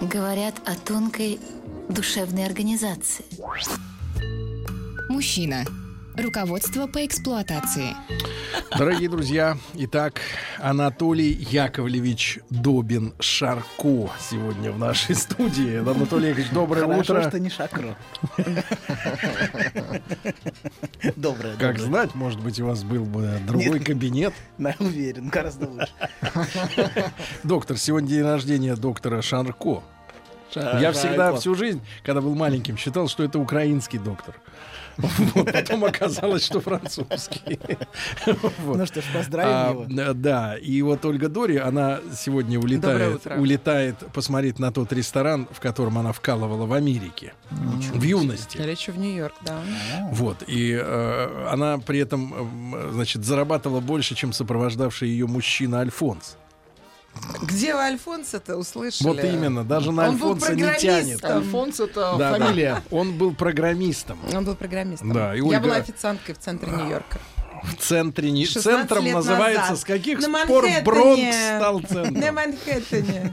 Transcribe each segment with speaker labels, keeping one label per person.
Speaker 1: говорят о тонкой душевной организации.
Speaker 2: Мужчина. Руководство по эксплуатации.
Speaker 3: Дорогие друзья, итак, Анатолий Яковлевич Добин Шарко сегодня в нашей студии. Анатолий Яковлевич, доброе
Speaker 4: Хорошо,
Speaker 3: утро.
Speaker 4: что не шакро. Доброе,
Speaker 3: Как
Speaker 4: доброе.
Speaker 3: знать, может быть, у вас был бы другой кабинет.
Speaker 4: Да, Уверен, гораздо лучше.
Speaker 3: Доктор, сегодня день рождения доктора Шарко. Я всегда всю жизнь, когда был маленьким, считал, что это украинский доктор. Вот, потом оказалось, что французский. Вот.
Speaker 4: Ну что ж,
Speaker 3: А,
Speaker 4: поздравим его.
Speaker 3: э, Да, и вот Ольга Дори, она сегодня улетает, улетает посмотреть на тот ресторан, в котором она вкалывала в Америке. В юности.
Speaker 5: Я лечу в Нью-Йорк, да.
Speaker 3: Вот. И э, она при этом, м, значит, зарабатывала больше, чем сопровождавший ее мужчина Альфонс.
Speaker 5: Где вы Альфонса-то услышали?
Speaker 3: Вот именно, даже на
Speaker 5: Он был
Speaker 3: Альфонса не тянет.
Speaker 5: программистом.
Speaker 6: Альфонс это
Speaker 3: Да, да.
Speaker 6: фамилия.
Speaker 3: Он был программистом
Speaker 5: Он был программистом.
Speaker 3: Да, и Ольга-
Speaker 5: Я была официанткой в центре Нью-Йорка.
Speaker 3: в центре. не-
Speaker 5: 16
Speaker 3: Центром
Speaker 5: лет
Speaker 3: называется
Speaker 5: назад.
Speaker 3: с каких
Speaker 5: На
Speaker 3: пор
Speaker 5: Манхэттене.
Speaker 3: Бронкс стал
Speaker 5: На
Speaker 3: центром.
Speaker 5: Манхэттене.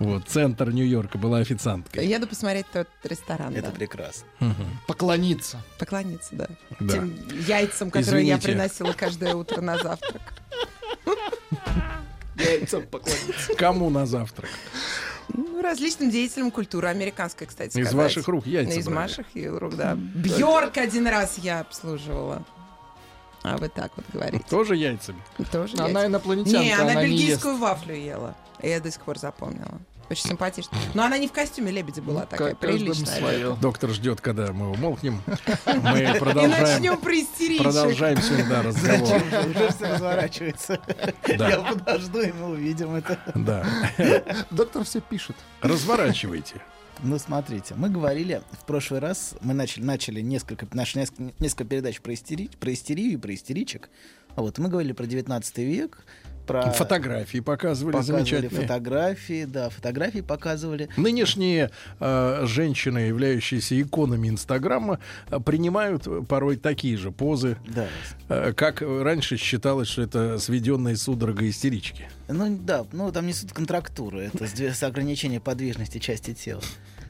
Speaker 3: Вот, центр Нью-Йорка была официанткой.
Speaker 5: Еду посмотреть тот ресторан,
Speaker 4: Это
Speaker 5: да.
Speaker 4: прекрасно.
Speaker 6: Поклониться.
Speaker 5: Поклониться, да.
Speaker 3: Да.
Speaker 5: Тем яйцам, которые я
Speaker 3: Извините.
Speaker 5: приносила каждое утро на завтрак.
Speaker 3: Кому на завтрак?
Speaker 5: Ну, различным деятелям культуры американской, кстати,
Speaker 3: Из
Speaker 5: сказать.
Speaker 3: ваших рук яйца
Speaker 5: Из
Speaker 3: брали.
Speaker 5: ваших и рук, да. Бьорк один раз я обслуживала. А вы так вот говорите.
Speaker 3: Тоже яйцами.
Speaker 5: Тоже
Speaker 6: Она
Speaker 5: яйца.
Speaker 6: инопланетянка,
Speaker 5: Не, она,
Speaker 6: не
Speaker 5: бельгийскую вафлю ела. Я до сих пор запомнила. Очень симпатично. Но она не в костюме лебедя была
Speaker 6: ест.
Speaker 5: такая
Speaker 6: Как каждому
Speaker 5: приличная.
Speaker 6: свое.
Speaker 3: Доктор ждет, когда мы умолкнем. Мы
Speaker 5: И
Speaker 3: продолжаем.
Speaker 5: начнем при истеричек.
Speaker 3: Продолжаем сегодня да, разговор.
Speaker 4: Уже все разворачивается. Я
Speaker 3: Да,
Speaker 4: подожду, и мы увидим это.
Speaker 3: да.
Speaker 6: Доктор все пишет.
Speaker 3: Разворачивайте.
Speaker 4: Ну, смотрите, мы говорили в прошлый раз, мы начали, начали несколько, наш, неск- несколько передач про, истери- про истерию и про истеричек. А вот мы говорили про 19 век, про...
Speaker 3: Фотографии показывали
Speaker 4: А, показывали
Speaker 3: замечательные.
Speaker 4: фотографии, да, фотографии показывали.
Speaker 3: Нынешние э, женщины, являющиеся иконами Инстаграма, э, принимают порой такие же позы,
Speaker 4: Да.
Speaker 3: э, как раньше считалось, что это сведенные судорога истерички.
Speaker 4: Ну да, ну там несут контрактуры, это с, две- с ограничением подвижности части тела.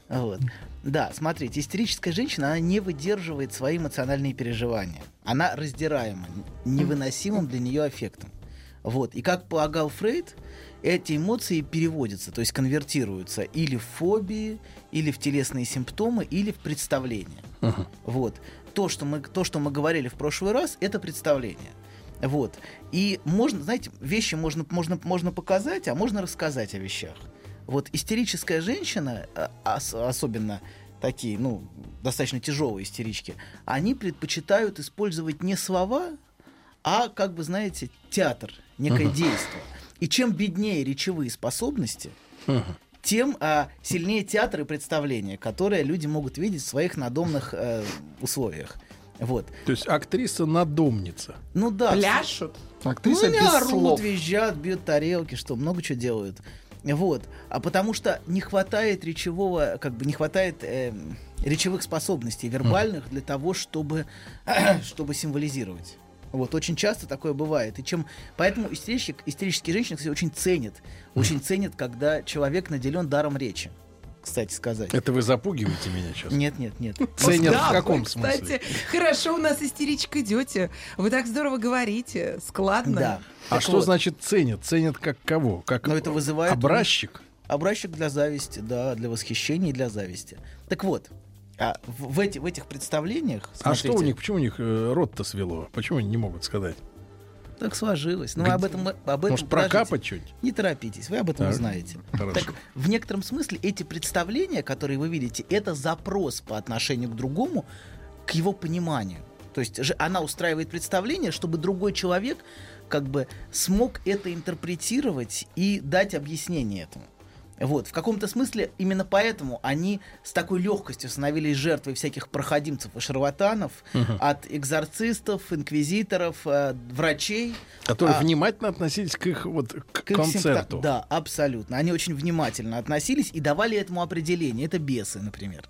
Speaker 4: Вот. Да, смотрите, истерическая женщина, она не выдерживает свои эмоциональные переживания. Она раздираема невыносимым для нее аффектом. Вот. И как полагал Фрейд, эти эмоции переводятся, то есть конвертируются или в фобии, или в телесные симптомы, или в представления. Вот. То что, мы, то, что мы говорили в прошлый раз, это представление. Вот. И можно, знаете, вещи можно, можно, можно показать, а можно рассказать о вещах. Вот истерическая женщина, а- ос- особенно такие, ну, достаточно тяжелые истерички, они предпочитают использовать не слова, а, как бы, знаете, театр, некое действие. И чем беднее речевые способности, тем а, сильнее театр и представление, которые люди могут видеть в своих надомных э, условиях. Вот.
Speaker 3: То есть актриса надомница.
Speaker 4: Ну да.
Speaker 5: Пляшут.
Speaker 4: ну,
Speaker 6: Актриса
Speaker 4: они
Speaker 6: без
Speaker 4: орут,
Speaker 6: слов.
Speaker 4: визжат, бьют тарелки, что много чего делают. Вот. А потому что не хватает речевого, как бы не хватает эм, речевых способностей вербальных для того, чтобы, чтобы символизировать. Вот, очень часто такое бывает. И чем... Поэтому истеричек, истерические женщины, кстати, очень ценят. Очень ценят, когда человек наделен даром речи. Кстати сказать.
Speaker 3: Это вы запугиваете меня сейчас?
Speaker 4: Нет, нет, нет.
Speaker 3: Ценят
Speaker 5: Да,
Speaker 3: в каком
Speaker 5: вы,
Speaker 3: смысле?
Speaker 5: Кстати, хорошо у нас истеричка идете. Вы так здорово говорите, складно.
Speaker 4: Да.
Speaker 3: А
Speaker 4: Так
Speaker 3: что
Speaker 4: вот,
Speaker 3: значит ценят? Ценят как кого? Как
Speaker 4: Но это вызывает у них-
Speaker 3: образчик?
Speaker 4: Образчик для зависти, да, для восхищения и для зависти. Так вот, а в, в эти, в этих представлениях...
Speaker 3: А
Speaker 4: смотрите,
Speaker 3: что у них, почему у них э, рот-то свело? Почему они не могут сказать?
Speaker 4: Так сложилось. Ну, об этом... мы- Об этом
Speaker 3: Может,
Speaker 4: подождите.
Speaker 3: прокапать что-нибудь?
Speaker 4: Не торопитесь, вы об этом
Speaker 3: Так.
Speaker 4: узнаете.
Speaker 3: Хорошо.
Speaker 4: Так, в некотором смысле эти представления, которые вы видите, это запрос по отношению к другому, к его пониманию. То есть же она устраивает представление, чтобы другой человек как бы смог это интерпретировать и дать объяснение этому. Вот, в каком-то смысле именно поэтому они с такой легкостью становились жертвой всяких проходимцев и шарлатанов от экзорцистов, инквизиторов, э, врачей.
Speaker 3: Которые
Speaker 4: А-
Speaker 3: внимательно относились к их вот к,
Speaker 4: к их
Speaker 3: концерту.
Speaker 4: симпта- Да, абсолютно. Они очень внимательно относились и давали этому определение. Это бесы, например.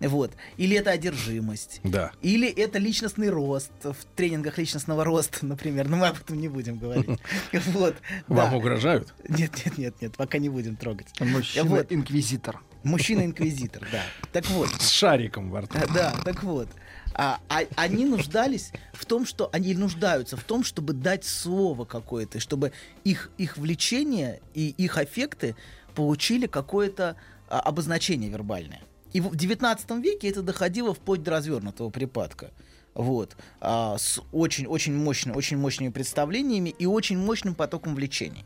Speaker 4: Вот. Или это одержимость.
Speaker 3: Да.
Speaker 4: Или это личностный рост в тренингах личностного роста, например. Но мы об этом не будем говорить. Вот.
Speaker 3: Вам
Speaker 4: да.
Speaker 3: угрожают?
Speaker 4: Нет, нет, нет, нет, пока не будем трогать.
Speaker 6: А
Speaker 4: Вот.
Speaker 6: Мужчина-инквизитор.
Speaker 4: Мужчина-инквизитор, да. Так вот.
Speaker 3: С шариком во рту.
Speaker 4: Э, Да, так вот. А, а- они нуждались в том, что они нуждаются в том, чтобы дать слово какое-то, чтобы их, их влечение и их аффекты получили какое-то а, обозначение вербальное. И в 19 веке это доходило вплоть до развернутого припадка. Вот. А, с очень-очень мощными, очень мощными представлениями и очень мощным потоком влечений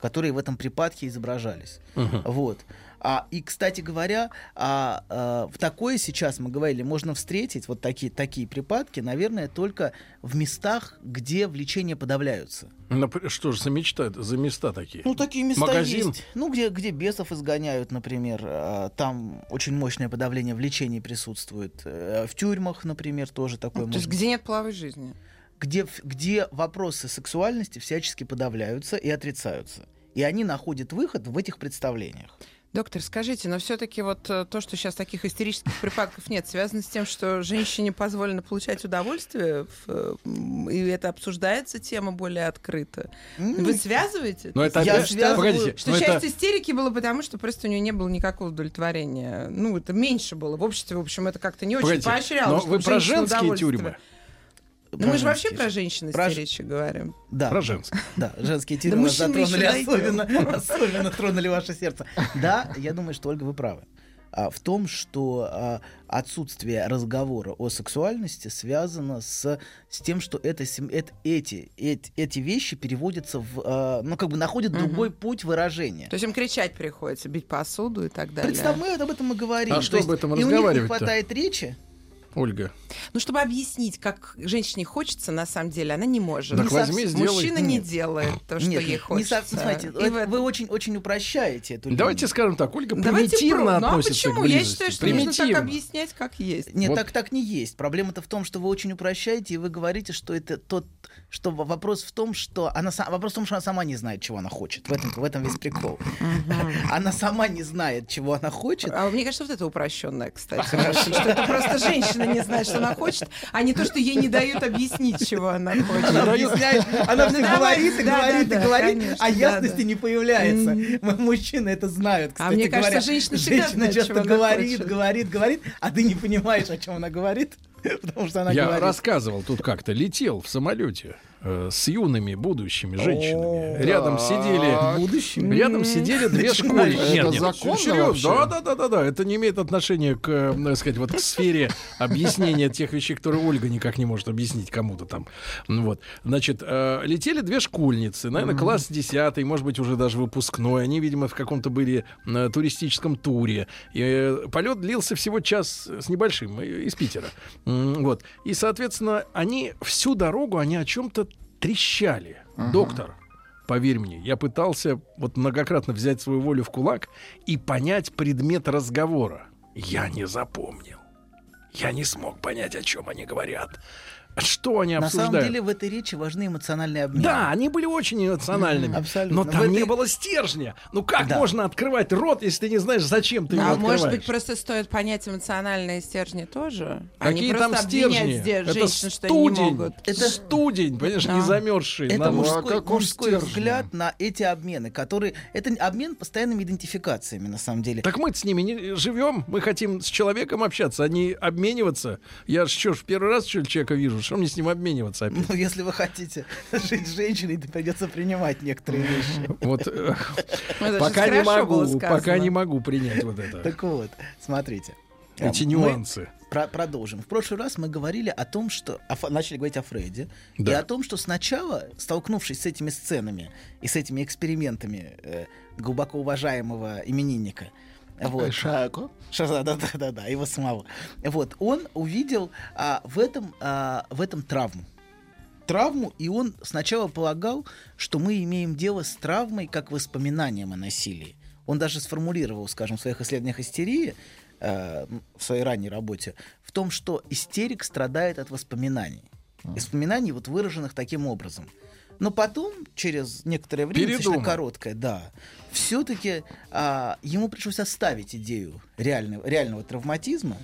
Speaker 4: которые в этом припадке изображались. Вот. А, и, кстати говоря, а, а, в такое сейчас, мы говорили, можно встретить, вот такие, такие припадки, наверное, только в местах, где влечения подавляются.
Speaker 3: Напр- Ну, Что же за мечта, за места такие?
Speaker 4: Ну, такие места
Speaker 3: Магазин?
Speaker 4: есть. Ну, где, где бесов изгоняют, например. а, Там очень мощное подавление влечений присутствует. Э, В тюрьмах, например, тоже такое
Speaker 5: Ну, То есть
Speaker 4: может
Speaker 5: где нет плавой жизни?
Speaker 4: где, в- где вопросы сексуальности всячески подавляются и отрицаются. И они находят выход в этих представлениях.
Speaker 5: Доктор, скажите, но все-таки вот э, то, что сейчас таких истерических припадков нет, связано с тем, что женщине позволено получать удовольствие, в, э, м, и это обсуждается тема более открыто. Вы связываете?
Speaker 3: Но Ну, это
Speaker 4: Ну, Я
Speaker 3: опять...
Speaker 4: связываю,
Speaker 3: Погодите,
Speaker 5: Что
Speaker 3: но это-
Speaker 5: часть истерики было потому, что просто у нее не было никакого удовлетворения. Ну, это меньше было. В обществе, в общем, это как-то не очень
Speaker 3: Погодите,
Speaker 5: поощрялось.
Speaker 3: но
Speaker 5: чтобы
Speaker 3: вы про
Speaker 5: женщина
Speaker 3: женские
Speaker 5: удовольствие.
Speaker 3: тюрьмы?
Speaker 5: Ну, мы же вообще
Speaker 4: женские.
Speaker 5: про женщин
Speaker 4: Про ж-
Speaker 5: истеричи говорим.
Speaker 4: Да.
Speaker 3: Про женские.
Speaker 4: Да, женские тюрьмы
Speaker 5: мужчин мы
Speaker 4: затронули
Speaker 5: еще дойдем.
Speaker 4: особенно, особенно тронули ваше сердце. Да, я думаю, что, Ольга, вы правы. А, В том, что а, отсутствие разговора о сексуальности связано с, с тем, что это, сем- эт- эти, эт- эти вещи переводятся в... а, Ну, как бы находят другой путь выражения.
Speaker 5: То есть им кричать приходится, бить посуду и так далее.
Speaker 4: Представь, мы об этом и говорим.
Speaker 3: А
Speaker 4: То
Speaker 3: что
Speaker 4: есть
Speaker 3: об этом
Speaker 4: И у них не
Speaker 3: разговаривать-то?
Speaker 4: хватает речи.
Speaker 3: Ольга,
Speaker 5: Ну, чтобы объяснить, как женщине хочется, на самом деле, она не может.
Speaker 3: Так Не возьми, совсем. сделай.
Speaker 5: Мужчина не делает то, что ей хочется.
Speaker 4: Не со- смотрите,
Speaker 5: И
Speaker 4: это-
Speaker 5: в этом-
Speaker 4: вы очень-очень упрощаете эту линию.
Speaker 3: давайте скажем так, Ольга
Speaker 5: Давайте
Speaker 3: примитивно
Speaker 5: про- Ну, а
Speaker 3: относится к
Speaker 5: почему?
Speaker 3: близости.
Speaker 5: Я считаю, что нужно
Speaker 3: примитивно.
Speaker 5: так объяснять, как есть.
Speaker 4: Нет,
Speaker 3: Вот.
Speaker 4: так, так не есть. Проблема-то в том, что вы очень упрощаете, и вы говорите, что это тот, что в- вопрос в том, что она са- вопрос в том, что она сама не знает, чего она хочет. В этом, в этом весь прикол. Она сама не знает, чего она хочет.
Speaker 5: А мне кажется, вот это упрощенное, кстати. очень, Что это просто женщина не знает, что она хочет, а не то, что ей не дают объяснить, чего она хочет.
Speaker 4: Она объясняет, она все
Speaker 5: Давай,
Speaker 4: говорит и
Speaker 5: да,
Speaker 4: говорит
Speaker 5: да,
Speaker 4: и
Speaker 5: да,
Speaker 4: говорит,
Speaker 5: конечно,
Speaker 4: а
Speaker 5: да,
Speaker 4: ясности
Speaker 5: да. А
Speaker 4: не появляется. Мы- Мужчины это знают, кстати
Speaker 5: мне кажется,
Speaker 4: говоря.
Speaker 5: женщина всегда знает, чего
Speaker 4: часто
Speaker 5: она
Speaker 4: говорит,
Speaker 5: хочет.
Speaker 4: говорит, говорит, а ты не понимаешь, о чем она говорит, потому что она
Speaker 3: Я
Speaker 4: говорит.
Speaker 3: рассказывал тут как-то, летел в самолете э, с юными будущими женщинами. Рядом сидели...
Speaker 6: Будущим.
Speaker 3: Рядом сидели две школьники.
Speaker 6: Это законно вообще?
Speaker 3: Да, да, да, да, да. Это не имеет отношения к, э, ну, так сказать, вот к сфере объяснения тех вещей, которые Ольга никак не может объяснить кому-то там. Ну, Вот. Значит, э, летели две школьницы, наверное, класс 10, может быть, уже даже выпускной. Они, видимо, в каком-то были э, туристическом туре. И э, полет длился всего час с небольшим э, из Питера. М, Вот. И, соответственно, они всю дорогу они о чем-то трещали. Доктор, Поверь мне, я пытался вот многократно взять свою волю в кулак и понять предмет разговора. Я не запомнил. Я не смог понять, о чем они говорят. Что они
Speaker 4: На
Speaker 3: обсуждают.
Speaker 4: самом деле в этой речи важны эмоциональные обмен.
Speaker 3: Да, они были очень эмоциональными.
Speaker 4: Мгм, абсолютно.
Speaker 3: Но
Speaker 4: В
Speaker 3: там не
Speaker 4: этой-
Speaker 3: было стержня. Ну как
Speaker 4: Да.
Speaker 3: можно открывать рот, если ты не знаешь, зачем ты его
Speaker 5: А
Speaker 3: открываешь?
Speaker 5: может быть, просто стоит понять эмоциональные стержни тоже? Они
Speaker 3: Какие
Speaker 5: просто
Speaker 3: там
Speaker 5: обвиняют
Speaker 3: стержни?
Speaker 5: здесь
Speaker 3: Это
Speaker 5: женщин, что они не
Speaker 3: студень.
Speaker 5: могут.
Speaker 4: Это-
Speaker 3: студень, понимаешь,
Speaker 5: Да.
Speaker 3: не замерзший.
Speaker 4: Это
Speaker 3: на-
Speaker 6: Ну, а
Speaker 4: мужской,
Speaker 6: каков
Speaker 4: мужской
Speaker 6: стержень?
Speaker 4: взгляд на эти обмены, которые... Это обмен постоянными идентификациями, на самом деле.
Speaker 3: Так мы с ними не живем, мы хотим с человеком общаться, а не обмениваться. Я ж что ж в первый раз что ли человека вижу, что мне с ним обмениваться опять?
Speaker 4: Ну, если вы хотите жить с женщиной, то придется принимать некоторые вещи.
Speaker 3: Вот э,
Speaker 5: Ну, это же
Speaker 3: пока не
Speaker 5: хорошо было
Speaker 3: могу,
Speaker 5: сказано.
Speaker 3: пока не могу принять вот это. А
Speaker 4: Так вот, смотрите. Эм,
Speaker 3: Эти
Speaker 4: Мы
Speaker 3: нюансы.
Speaker 4: про- продолжим. В прошлый раз мы говорили о том, что... о Фо- начали говорить о Фрейде. И
Speaker 3: Да.
Speaker 4: о том, что сначала, столкнувшись с этими сценами и с этими экспериментами э, глубоко уважаемого именинника, вот,
Speaker 6: Шако.
Speaker 4: Шаза, да, да, да, да, его самого. Вот, он увидел а, в, этом, а, в этом травму. Травму, и он сначала полагал, что мы имеем дело с травмой как воспоминанием о насилии. Он даже сформулировал, скажем, в своих исследованиях истерии, э, в своей ранней работе, в том, что истерик страдает от воспоминаний. И воспоминаний, вот выраженных таким образом. Но потом, через некоторое время,
Speaker 3: Передумал.
Speaker 4: достаточно короткое, да, все-таки ему пришлось оставить идею реального, реального травматизма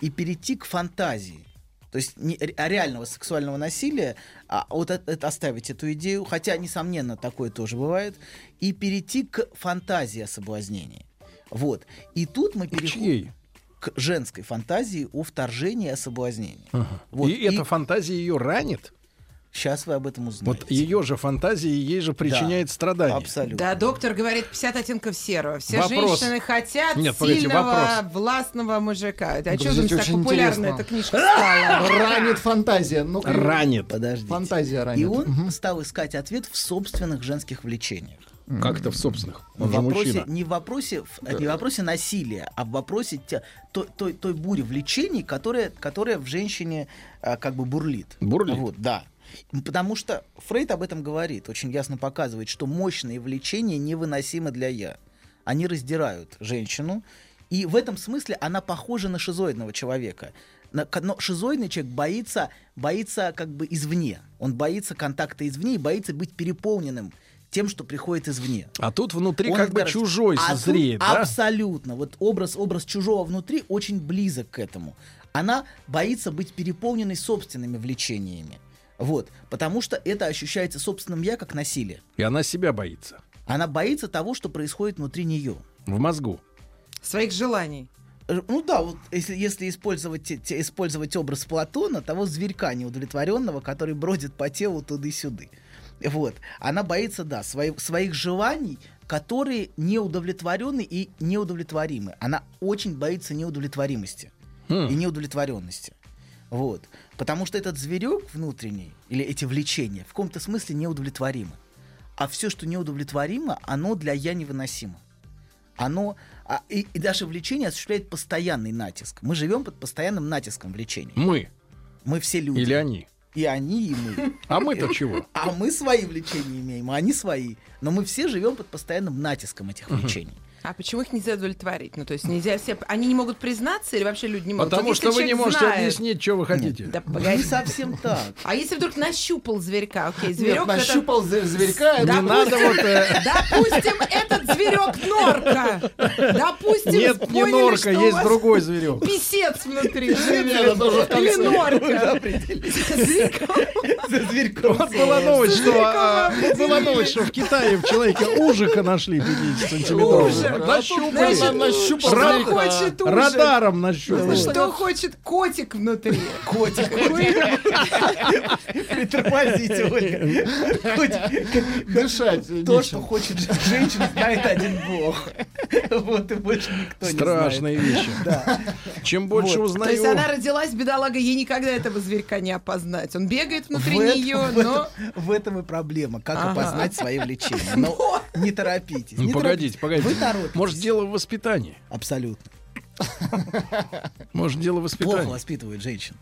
Speaker 4: и перейти к фантазии. То есть не, ре- а реального сексуального насилия, а вот эт- эт- оставить эту идею, хотя, несомненно, такое тоже бывает, и перейти к фантазии о соблазнении. Вот. И тут мы
Speaker 3: чьей?
Speaker 4: переходим к женской фантазии о вторжении и о соблазнении. Вот.
Speaker 3: И, эта фантазия ее ранит.
Speaker 4: Сейчас вы об этом узнаете.
Speaker 3: Вот ее же фантазия ей же причиняет страдания.
Speaker 4: Абсолютно.
Speaker 5: Да, доктор говорит 50 оттенков серого. Все
Speaker 3: Вопрос.
Speaker 5: женщины хотят
Speaker 3: Нет, погодите,
Speaker 5: сильного,
Speaker 3: вопрос.
Speaker 5: властного мужика. А что
Speaker 6: Подождите,
Speaker 5: же так
Speaker 6: очень
Speaker 5: популярна
Speaker 6: интересно.
Speaker 5: эта книжка стала?
Speaker 6: Ранит фантазия. Ну
Speaker 3: Ранит.
Speaker 4: Подождите.
Speaker 6: Фантазия ранит.
Speaker 4: И он
Speaker 6: Мгм.
Speaker 4: стал искать ответ в собственных женских влечениях.
Speaker 3: Как-то в собственных. Он
Speaker 4: в
Speaker 3: же
Speaker 4: вопросе,
Speaker 3: Ну, мужчина.
Speaker 4: Не в вопросе, в- не в вопросе насилия, а в вопросе те- той, той, той бури влечений, которая, которая в женщине а, как бы бурлит.
Speaker 3: Бурлит.
Speaker 4: Вот, да. Потому что Фрейд об этом говорит, очень ясно показывает, что мощные влечения невыносимы для я. Они раздирают женщину, и в этом смысле она похожа на шизоидного человека. На- к- Но шизоидный человек боится, боится как бы извне. Он боится контакта извне и боится быть переполненным тем, что приходит извне.
Speaker 3: А тут внутри
Speaker 4: Он
Speaker 3: как бы
Speaker 4: отгорается.
Speaker 3: чужой
Speaker 4: А тут
Speaker 3: созреет, да?
Speaker 4: Абсолютно. Вот образ, образ чужого внутри очень близок к этому. Она боится быть переполненной собственными влечениями. Вот. Потому что это ощущается собственным «я» как насилие.
Speaker 3: И она себя боится.
Speaker 4: Она боится того, что происходит внутри нее.
Speaker 3: В мозгу.
Speaker 5: Своих желаний.
Speaker 4: Э, Ну да, вот если, если использовать, те- те- использовать образ Платона, того зверька неудовлетворенного, который бродит по телу туды-сюды. Вот. Она боится, да, свои- своих желаний, которые неудовлетворены и неудовлетворимы. Она очень боится неудовлетворимости и неудовлетворенности. Вот. Потому что этот зверек внутренний, или эти влечения, в каком-то смысле неудовлетворимы. А все, что неудовлетворимо, оно для я невыносимо. Оно а, и, и даже влечение осуществляет постоянный натиск. Мы живем под постоянным натиском влечения.
Speaker 3: Мы
Speaker 4: Мы все люди.
Speaker 3: или они.
Speaker 4: И они, и мы.
Speaker 3: А мы-то чего?
Speaker 4: А мы свои влечения имеем, а они свои. Но мы все живем под постоянным натиском этих влечений.
Speaker 5: А почему их нельзя удовлетворить? Ну, то есть нельзя все... Они не могут признаться или вообще люди не могут?
Speaker 3: Потому
Speaker 5: Вот Ну, если
Speaker 3: что вы не
Speaker 5: человек
Speaker 3: можете
Speaker 5: знает-
Speaker 3: объяснить, что вы хотите.
Speaker 5: Да
Speaker 4: Не
Speaker 5: погоди.
Speaker 4: совсем так.
Speaker 5: А если вдруг нащупал зверька? Окей,
Speaker 6: Нет,
Speaker 5: зверек это-
Speaker 6: нащупал зв- зверька. это
Speaker 5: Да,
Speaker 6: не
Speaker 5: пусть-
Speaker 6: надо вот... э,
Speaker 5: Допустим, этот зверек норка. Допустим,
Speaker 3: Нет, не
Speaker 5: поняли,
Speaker 3: норка,
Speaker 5: что у
Speaker 3: есть
Speaker 5: вас
Speaker 3: другой зверек.
Speaker 5: Писец внутри.
Speaker 6: это тоже в
Speaker 5: Или норка. Зверька.
Speaker 3: Вот была новость, что, а,
Speaker 5: Зверькова
Speaker 3: была новость, что в Китае в человеке ужика нашли 50 сантиметров.
Speaker 5: Ужик.
Speaker 6: Нащупал,
Speaker 5: Значит,
Speaker 6: нащупал
Speaker 5: Что
Speaker 6: зверька.
Speaker 5: хочет ужин?
Speaker 3: Радаром нащупали.
Speaker 5: Что хочет котик внутри?
Speaker 4: Котик. Притормозите, Ольга. Котик.
Speaker 6: Дышать
Speaker 4: То,
Speaker 6: нечем.
Speaker 4: что хочет жить женщина, знает один бог. Вот и больше никто не знает.
Speaker 3: Страшные вещи. Чем больше
Speaker 4: Вот.
Speaker 5: То есть она
Speaker 3: узнаю,
Speaker 5: родилась, бедолага, ей никогда этого зверька не опознать. Он бегает внутри
Speaker 4: В этом-
Speaker 5: нее,
Speaker 4: в
Speaker 5: но...
Speaker 4: этом- В этом и проблема, как
Speaker 5: Ага.
Speaker 4: опознать свои влечения. Но не торопитесь.
Speaker 3: Ну,
Speaker 4: не
Speaker 3: погодите,
Speaker 4: торопитесь.
Speaker 3: погодите.
Speaker 4: Вы торопитесь.
Speaker 3: Может, дело в воспитании.
Speaker 4: Абсолютно.
Speaker 3: Может, дело в
Speaker 4: Плохо
Speaker 3: воспитании.
Speaker 4: воспитывают женщин.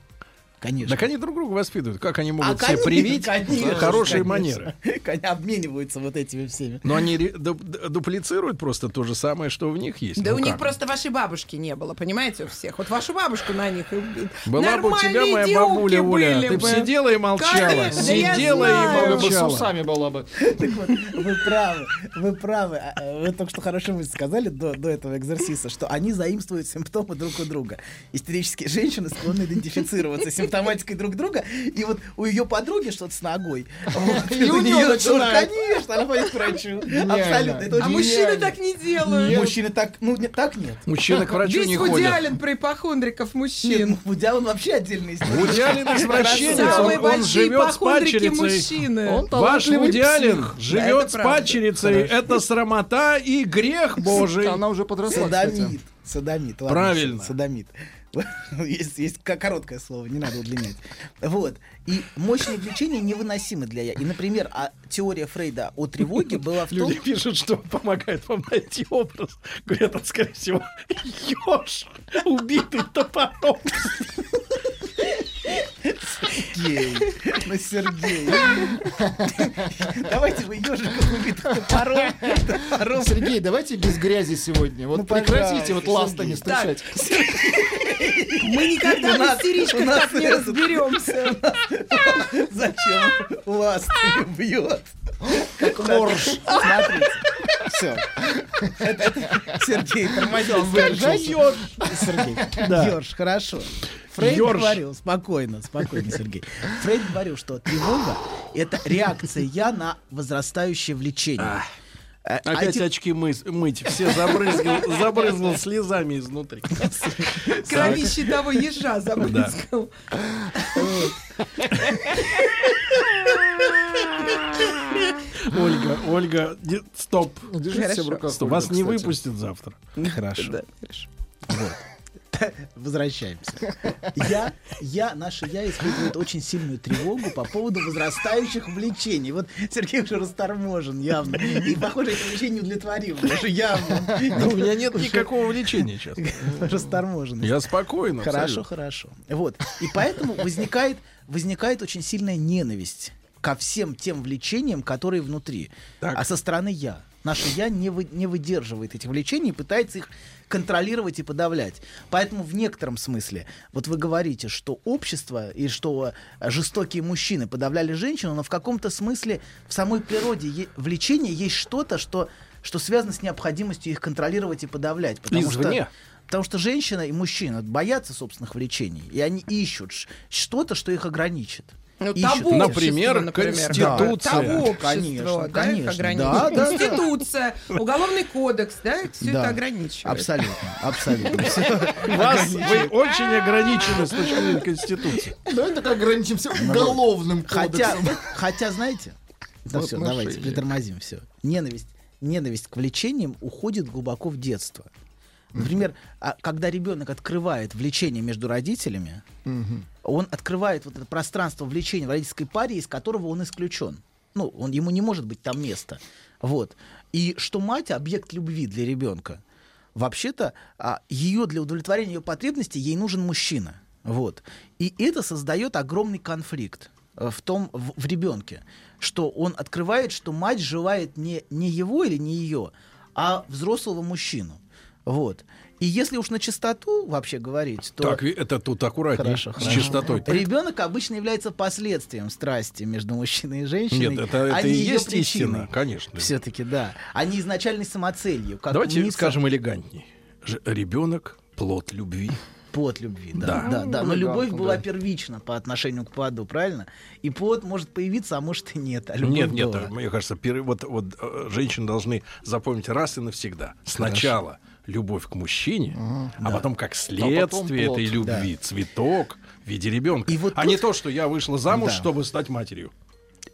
Speaker 4: Конечно.
Speaker 3: Так они друг друга воспитывают. Как они могут
Speaker 4: А
Speaker 3: все
Speaker 4: конечно,
Speaker 3: привить
Speaker 4: конечно,
Speaker 3: хорошие
Speaker 4: конечно.
Speaker 3: манеры?
Speaker 4: Они обмениваются вот этими всеми.
Speaker 3: Но они ре- ду- ду- дуплицируют просто то же самое, что в них есть.
Speaker 5: Да
Speaker 3: Ну
Speaker 5: у них
Speaker 3: как?
Speaker 5: просто вашей бабушки не было, понимаете, у всех. Вот вашу бабушку на них. и- и
Speaker 3: Была бы у тебя
Speaker 5: нормальные
Speaker 3: моя
Speaker 5: девки
Speaker 3: бабуля, Оля,
Speaker 5: были
Speaker 3: ты бы сидела и молчала.
Speaker 5: Конечно,
Speaker 3: Сидела
Speaker 5: я
Speaker 3: и
Speaker 5: знаю.
Speaker 6: Баба бы с
Speaker 3: молчала.
Speaker 6: усами была бы.
Speaker 4: Так вот, вы правы, вы правы. А, а, Вы только что хорошо мысль сказали до, до этого экзерсиса, что они заимствуют симптомы друг у друга. Истерические женщины склонны идентифицироваться с симптоматикой друг друга, и вот у ее подруги что-то с ногой. Вот,
Speaker 6: И у
Speaker 4: у
Speaker 6: неё
Speaker 4: неё тоже,
Speaker 6: начинает.
Speaker 4: Конечно, она пойдет к врачу.
Speaker 6: Гениально.
Speaker 4: Абсолютно. Это
Speaker 5: А
Speaker 4: очень
Speaker 5: мужчины
Speaker 4: гениально.
Speaker 5: так не делают.
Speaker 4: Мужчины так, ну, не- так нет.
Speaker 3: Мужчины к врачу не
Speaker 5: Весь
Speaker 3: ходят.
Speaker 5: Вудиален про ипохондриков
Speaker 4: Нет,
Speaker 5: мужчин.
Speaker 4: ну, Вудя, он вообще отдельный
Speaker 3: Вуди Аллен извращенец,
Speaker 5: Самые
Speaker 3: он, он
Speaker 5: большие
Speaker 3: живет с
Speaker 5: ипохондрики
Speaker 3: падчерицей.
Speaker 5: мужчины.
Speaker 6: Он
Speaker 3: Ваш
Speaker 6: талантливый
Speaker 3: Вуди Аллен живет
Speaker 5: это
Speaker 3: с
Speaker 5: правда.
Speaker 3: падчерицей. Это срамота и грех божий.
Speaker 6: Она уже подросла, кстати.
Speaker 4: Садомит. Садомит. ладно,
Speaker 3: Правильно.
Speaker 4: всё, Садомит. Есть, есть ко- короткое слово, не надо удлинять. Вот. И мощные влечения невыносимы для я. И, например, а теория Фрейда о тревоге была в том,
Speaker 3: Люди пишут, что помогает вам найти образ. Говорят, это, скорее всего, еж, убитый топором.
Speaker 4: Сергей. Ну, Сергей. Давайте вы ежиков убитых топором. топором.
Speaker 6: Ну, Сергей, давайте без грязи сегодня. Вот
Speaker 4: Ну,
Speaker 6: прекратите вот
Speaker 4: пожалуйста,
Speaker 6: ластами
Speaker 4: Сергей.
Speaker 6: стучать.
Speaker 5: Мы никогда
Speaker 4: У нас-
Speaker 5: в истеричках
Speaker 4: у нас
Speaker 5: так не
Speaker 4: это-
Speaker 5: разберемся.
Speaker 4: Зачем ласт бьет?
Speaker 6: Как морж.
Speaker 4: Смотрите. Все. Сергей тормозил. Сергей. Ёрш, хорошо. Фрейд
Speaker 3: Ёрш.
Speaker 4: говорил, спокойно, спокойно, Сергей. Фрейд говорил, что тревога — это реакция на возрастающее влечение. Э,
Speaker 3: Опять
Speaker 4: один-
Speaker 3: очки мыс- мыть. Все забрызгал, забрызгал слезами изнутри.
Speaker 5: Кровище того ежа забрызгал.
Speaker 3: Ольга, Ольга, не- стоп.
Speaker 6: ну, Держите себя в
Speaker 5: Хорошо.
Speaker 6: руках.
Speaker 3: Стоп,
Speaker 6: Ольга,
Speaker 3: Вас не
Speaker 6: кстати.
Speaker 3: выпустят завтра.
Speaker 4: Хорошо.
Speaker 5: Да, хорошо.
Speaker 4: Возвращаемся. Я, я, наше я испытывает очень сильную тревогу по поводу возрастающих влечений. Вот Сергей уже расторможен явно. И, похоже, это влечение удовлетворило. Уже явно.
Speaker 3: Да Ну, у меня нет никакого влечения сейчас.
Speaker 4: Расторможен.
Speaker 3: Я спокойно.
Speaker 4: Хорошо,
Speaker 3: абсолютно.
Speaker 4: хорошо. Вот. И поэтому возникает, возникает очень сильная ненависть ко всем тем влечениям, которые внутри.
Speaker 3: Так.
Speaker 4: А со стороны я. Наше я не, вы- не выдерживает этих влечений и пытается их контролировать и подавлять. Поэтому в некотором смысле, вот вы говорите, что общество и что э, жестокие мужчины подавляли женщину, но в каком-то смысле в самой природе е- влечения есть что-то, что, что связано с необходимостью их контролировать и подавлять. Потому
Speaker 3: Извне.
Speaker 4: что Потому что женщина и мужчина боятся собственных влечений, и они ищут ш- что-то, что их ограничит.
Speaker 5: Ну,
Speaker 4: Ищут.
Speaker 5: табу
Speaker 3: Например,
Speaker 5: общества, например.
Speaker 3: Да.
Speaker 5: Конституция. Табу общества,
Speaker 4: Конечно,
Speaker 5: да, их
Speaker 4: конечно. Да,
Speaker 5: ограничивает.
Speaker 4: да, да.
Speaker 5: Конституция, Уголовный кодекс, да, все
Speaker 4: Да.
Speaker 5: это ограничивает.
Speaker 4: Абсолютно, абсолютно. Всё.
Speaker 3: Вас вы очень ограничены с точки зрения Конституции.
Speaker 6: Давай так ограничимся
Speaker 3: Ну,
Speaker 6: уголовным
Speaker 4: Хотя,
Speaker 6: кодексом.
Speaker 4: хотя, знаете, да
Speaker 6: Вот
Speaker 4: все,
Speaker 6: наши
Speaker 4: давайте,
Speaker 6: идеи.
Speaker 4: притормозим все. Ненависть, ненависть к влечениям уходит глубоко в детство. Например, а, когда ребенок открывает влечение между родителями, он открывает вот это пространство влечения в родительской паре, из которого он исключен. Ну, он, ему не может быть там места. Вот. И что мать — объект любви для ребенка. Вообще-то а, ее для удовлетворения ее потребностей ей нужен мужчина. Вот. И это создает огромный конфликт э, в том, в, в ребенке, что он открывает, что мать желает не, не его или не ее, а взрослого мужчину. Вот. И если уж на чистоту вообще говорить, то...
Speaker 3: Так, ви- это тут аккуратнее.
Speaker 4: Хорошо,
Speaker 3: С
Speaker 4: хорошо.
Speaker 3: чистотой.
Speaker 4: Ребенок обычно является последствием страсти между мужчиной и женщиной.
Speaker 3: Нет, это, это
Speaker 4: а не
Speaker 3: и
Speaker 4: её
Speaker 3: есть
Speaker 4: причиной.
Speaker 3: истина, конечно.
Speaker 4: Все-таки, да. А не изначальной самоцелью. Как
Speaker 3: Давайте
Speaker 4: умница
Speaker 3: скажем элегантнее. Ж- Ребенок плод любви.
Speaker 4: Плод любви, да.
Speaker 3: Да.
Speaker 4: Да, да. Но
Speaker 6: элегантно,
Speaker 4: любовь была
Speaker 6: да.
Speaker 4: первична по отношению к плоду, правильно? И плод может появиться, а может и нет. А любовь
Speaker 3: Нет, нет, э,
Speaker 4: была.
Speaker 3: мне кажется, пере- вот, вот э, женщины должны запомнить раз и навсегда. Сначала любовь к мужчине, а потом как следствие
Speaker 6: плод,
Speaker 3: этой любви цветок в виде ребенка.
Speaker 4: И вот
Speaker 3: а
Speaker 4: тут-
Speaker 3: не то, что я вышла замуж,
Speaker 4: Да.
Speaker 3: чтобы стать матерью.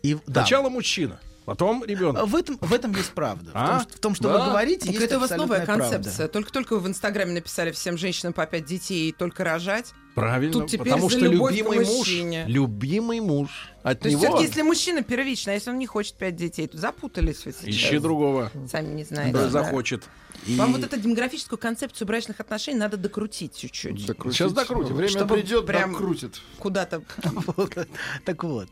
Speaker 4: И, да. А
Speaker 3: Сначала мужчина, потом ребенок.
Speaker 4: В этом, в этом есть правда. В
Speaker 3: А?
Speaker 4: том, что, в том, что
Speaker 3: Да.
Speaker 4: вы говорите,
Speaker 5: Так
Speaker 4: есть
Speaker 5: это у вас новая
Speaker 4: абсолютная правда.
Speaker 5: концепция. Только-только вы в Инстаграме написали всем женщинам по пять детей и только рожать.
Speaker 3: Правильно,
Speaker 5: Тут теперь
Speaker 3: потому
Speaker 5: за
Speaker 3: что
Speaker 5: любовь к
Speaker 3: любимый муж,
Speaker 5: мужчине.
Speaker 3: любимый муж от
Speaker 5: То есть
Speaker 3: него
Speaker 5: все-таки, если мужчина первично, а если он не хочет пять детей, то запутались вы сейчас.
Speaker 3: ищи другого,
Speaker 5: Сами не Э, знаете.
Speaker 3: да,
Speaker 5: да.
Speaker 3: захочет.
Speaker 5: Вам вот эту демографическую концепцию брачных отношений надо докрутить чуть-чуть.
Speaker 6: Докрутить.
Speaker 3: Сейчас докрутим.
Speaker 6: Время
Speaker 5: Чтобы
Speaker 6: придет,
Speaker 5: прям-
Speaker 6: докрутит.
Speaker 5: Куда-то.
Speaker 4: Вот. Так вот,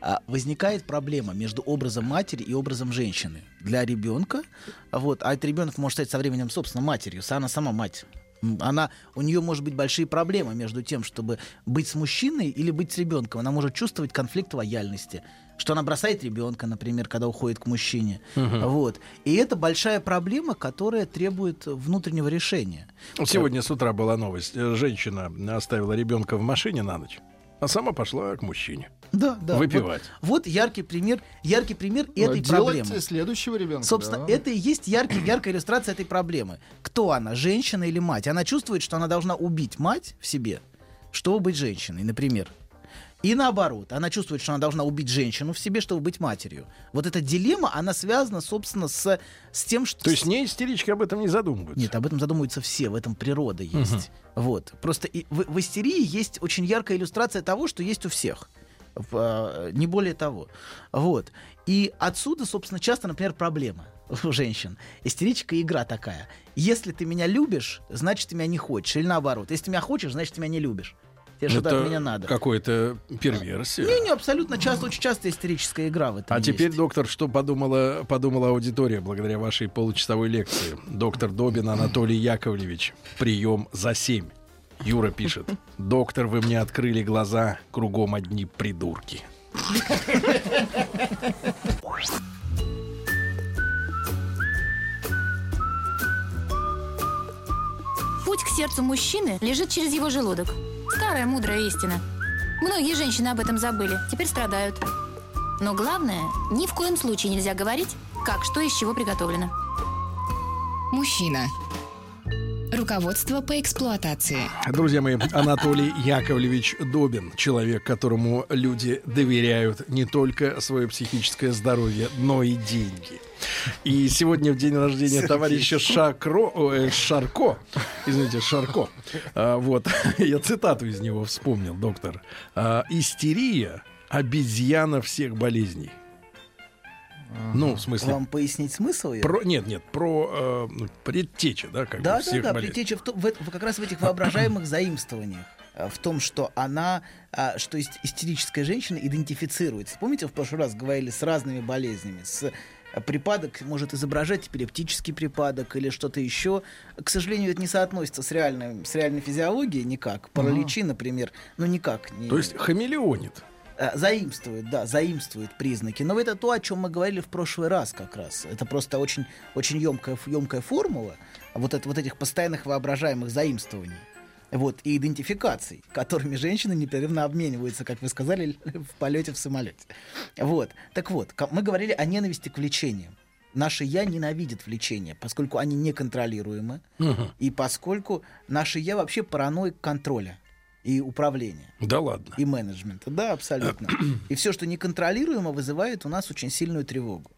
Speaker 4: а, возникает проблема между образом матери и образом женщины для ребенка. Вот, а этот ребенок может стать со временем, собственно, матерью. Она сама мать. М, Она, у нее может быть большие проблемы между тем, чтобы быть с мужчиной или быть с ребенком. Она может чувствовать конфликт лояльности, что она бросает ребенка, например, когда уходит к мужчине. Вот. И это большая проблема, которая требует внутреннего решения.
Speaker 3: Сегодня с утра была новость. Э, Женщина оставила ребенка в машине на ночь, а сама пошла к мужчине.
Speaker 4: Да, да. Вот-
Speaker 3: Выпивать.
Speaker 4: Вот, яркий пример, яркий пример этой
Speaker 6: Делайте
Speaker 4: проблемы.
Speaker 6: следующего ребенка.
Speaker 4: Собственно,
Speaker 6: да.
Speaker 4: это и есть яркий, яркая иллюстрация этой проблемы. Кто она, женщина или мать? Она чувствует, что она должна убить мать в себе, чтобы быть женщиной, например. И наоборот, она чувствует, что она должна убить женщину в себе, чтобы быть матерью. Вот эта дилемма, она связана, собственно, с, с тем, что...
Speaker 3: То есть не истерички об этом не задумываются.
Speaker 4: Нет, об этом задумываются все, в этом природа есть. Вот. Просто и в, в истерии есть очень яркая иллюстрация того, что есть у всех. В, а, не более того. Вот. И отсюда, собственно, часто, например, проблема у женщин. Истеричка и игра такая. Если ты меня любишь, значит, ты меня не хочешь. Или наоборот. Если ты меня хочешь, значит, ты меня не любишь. Тебе что-то
Speaker 3: Ну, Это
Speaker 4: от меня надо.
Speaker 3: Какое-то перверсия.
Speaker 4: Не, не, абсолютно часто, очень часто историческая игра в этом
Speaker 3: А
Speaker 4: есть.
Speaker 3: теперь, доктор, что подумала, подумала аудитория благодаря вашей получасовой лекции? Доктор Добин Анатолий Яковлевич. Прием за семь. Юра пишет. Доктор, вы мне открыли глаза. Кругом одни придурки.
Speaker 1: Путь к сердцу мужчины лежит через его желудок. Старая мудрая истина. Многие женщины об этом забыли, теперь страдают. Но главное, ни в коем случае нельзя говорить, как что из чего приготовлено.
Speaker 2: Мужчина. Руководство по эксплуатации.
Speaker 3: Друзья мои, Анатолий Яковлевич Добин, человек, которому люди доверяют не только свое психическое здоровье, но и деньги. И сегодня в день рождения товарища Шакро, э, Шарко, извините, Шарко, А, вот, я цитату из него вспомнил, доктор. А, «Истерия – обезьяна всех болезней». Ну, в смысле,
Speaker 4: Вам пояснить смысл ее?
Speaker 3: про, нет, нет, про э, предтеча, да, как
Speaker 4: Да,
Speaker 3: бы
Speaker 4: да,
Speaker 3: всех
Speaker 4: да,
Speaker 3: болезней.
Speaker 4: предтеча в то- в, это- в- как раз в этих воображаемых заимствованиях. а, В том, что она, а, что ис- истерическая женщина идентифицируется. Помните, в прошлый раз говорили с разными болезнями, с а, припадок может изображать эпилептический припадок или что-то еще. К сожалению, это не соотносится с реальной, с реальной физиологией никак. Параличи, например, ну никак. Не...
Speaker 3: То есть хамелеонит.
Speaker 4: Э, Заимствует, да, заимствует признаки. Но это то, о чем мы говорили в прошлый раз как раз. Это просто очень, очень емкая, ф- емкая формула вот, это, вот этих постоянных воображаемых заимствований. Вот, и идентификаций, которыми женщины непрерывно обмениваются, как вы сказали, в полете в самолете. Вот. Так вот, ко- мы говорили о ненависти к влечениям. Наше «я» ненавидит влечения, поскольку они неконтролируемы, и поскольку наше «я» вообще параноик контроля и управления
Speaker 3: Да ладно.
Speaker 4: и менеджмента. Да, абсолютно. И все, что неконтролируемо, вызывает у нас очень сильную тревогу.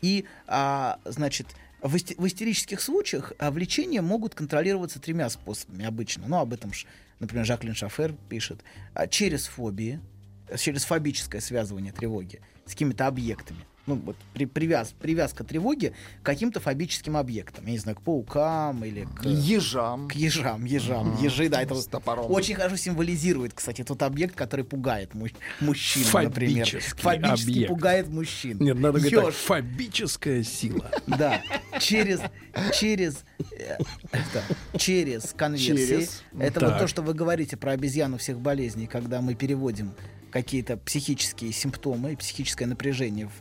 Speaker 4: И, а, значит, в, исти- в истерических случаях а, влечения могут контролироваться тремя способами обычно. Ну, об этом, ж, например, Жаклин Шафер пишет. А, через фобии, э, через фобическое связывание тревоги с какими-то объектами. Ну, вот при- привяз- привязка тревоги к каким-то фобическим объектам. Я не знаю, к паукам или к...
Speaker 6: Ежам.
Speaker 4: К ежам, ежам, ежи, да, это
Speaker 6: С топором.
Speaker 4: очень хорошо символизирует, кстати, тот объект, который пугает му- мужчин, например.
Speaker 3: Фобический
Speaker 4: Фобически
Speaker 3: объект.
Speaker 4: пугает мужчин.
Speaker 3: Нет, надо говорить так,
Speaker 4: Ёж,
Speaker 3: фобическая сила.
Speaker 4: Да, через, через, э, да, через конверсии.
Speaker 6: Через.
Speaker 4: Это
Speaker 3: Так.
Speaker 4: вот то, что вы говорите про обезьяну всех болезней, когда мы переводим какие-то психические симптомы, психическое напряжение в,